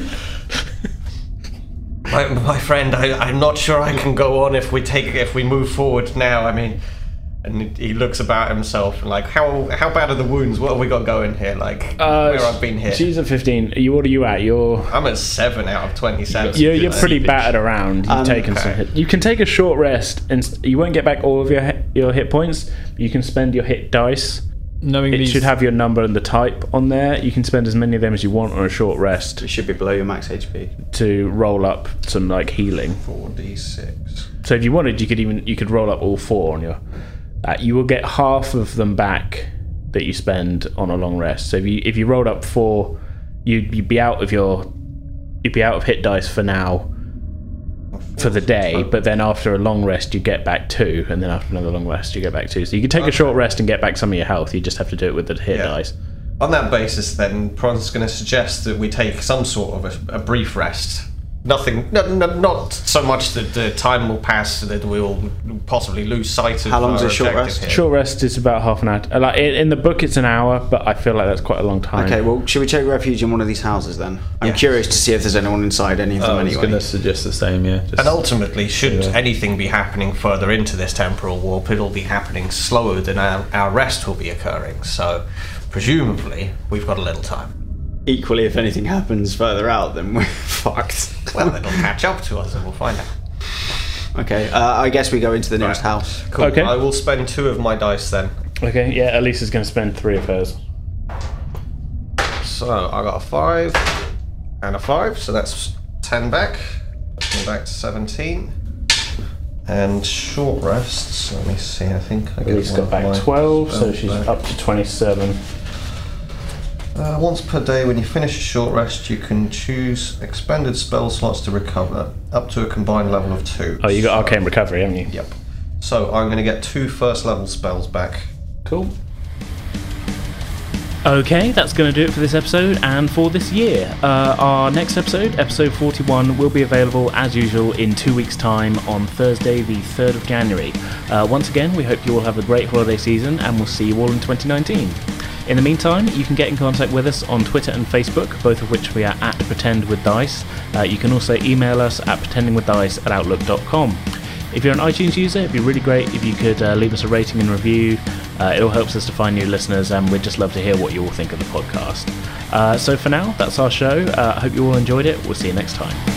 Speaker 3: I, my friend, I, I'm not sure I can go on if we take if we move forward now. I mean, and he looks about himself and like, how how bad are the wounds? What have we got going here? Like where I've been hit.
Speaker 5: She's at 15. Uh, You, what are you at? You're
Speaker 3: I'm at seven out of twenty-seven.
Speaker 5: you're, you're pretty
Speaker 3: Like,
Speaker 5: battered around. You've taken some
Speaker 3: Um, okay.
Speaker 5: hit. You can take a short rest, and s- you won't get back all of your hit, your hit points. You can spend your hit dice.
Speaker 4: Knowing
Speaker 5: It
Speaker 4: these,
Speaker 5: should have your number and the type on there. You can spend as many of them as you want on a short rest
Speaker 2: It should be below your max HP.
Speaker 5: to roll up some like healing.
Speaker 3: Four d six.
Speaker 5: So if you wanted, you could even you could roll up all four on your. Uh, you will get half of them back that you spend on a long rest. So if you if you rolled up four, you you'd be out of your you'd be out of hit dice for now for the day. But then after a long rest, you get back two, and then after another long rest, you get back two. So you can take a short rest and get back some of your health. You just have to do it with the hit
Speaker 3: Yeah.
Speaker 5: dice.
Speaker 3: On that basis, then Pron's going to suggest that we take some sort of a, a brief rest. Nothing, no, no, not so much that the time will pass that we'll possibly lose sight of.
Speaker 2: How long's
Speaker 3: our
Speaker 2: a short
Speaker 3: objective
Speaker 2: rest?
Speaker 3: here.
Speaker 5: Short rest is about half an hour. uh, Like in, in the book, it's an hour, but I feel like that's quite a long time.
Speaker 2: Okay, well, should we take refuge in one of these houses then? I'm
Speaker 3: Yes.
Speaker 2: curious to see if there's anyone inside any of them
Speaker 4: Oh, I was
Speaker 2: anyway.
Speaker 4: going to suggest the same, yeah. Just,
Speaker 3: And ultimately, should anything be happening further into this temporal warp, it'll be happening slower than our, our rest will be occurring. So, presumably, we've got a little time.
Speaker 2: Equally, if anything happens further out, then we're fucked.
Speaker 3: Well, it'll catch up to us and we'll find out.
Speaker 2: okay, uh, I guess we go into the nearest
Speaker 3: Right.
Speaker 2: house.
Speaker 3: Cool.
Speaker 5: Okay.
Speaker 3: I will spend two of my dice then.
Speaker 5: Okay. Yeah. Elisa's going to spend three of hers.
Speaker 3: So, I got a five and a five, so that's 10 back. Come back to 17. And short rests. Let me see, I think I get
Speaker 5: Elise
Speaker 3: one
Speaker 5: got
Speaker 3: of
Speaker 5: back
Speaker 3: my
Speaker 5: 12, so
Speaker 3: spells
Speaker 5: she's
Speaker 3: back.
Speaker 5: up to 27.
Speaker 3: Uh, once per day, when you finish a short rest, you can choose expended spell slots to recover up to a combined level of two.
Speaker 5: Oh, you got Arcane Recovery, haven't you?
Speaker 3: Yep. So I'm going to get two first level spells back.
Speaker 5: Cool.
Speaker 1: Okay, that's going to do it for this episode and for this year. Uh, our next episode, episode 41, will be available as usual in two weeks' time on Thursday, the 3rd of January. Uh, once again, we hope you all have a great holiday season and we'll see you all in 2019. In the meantime, you can get in contact with us on Twitter and Facebook, both of which we are at Pretend with Dice. Uh, you can also email us at pretendingwithdice at outlook.com. If you're an iTunes user, it'd be really great if you could uh, leave us a rating and review. Uh, it all helps us to find new listeners, and we'd just love to hear what you all think of the podcast. Uh, so for now, that's our show. Uh, I hope you all enjoyed it. We'll see you next time.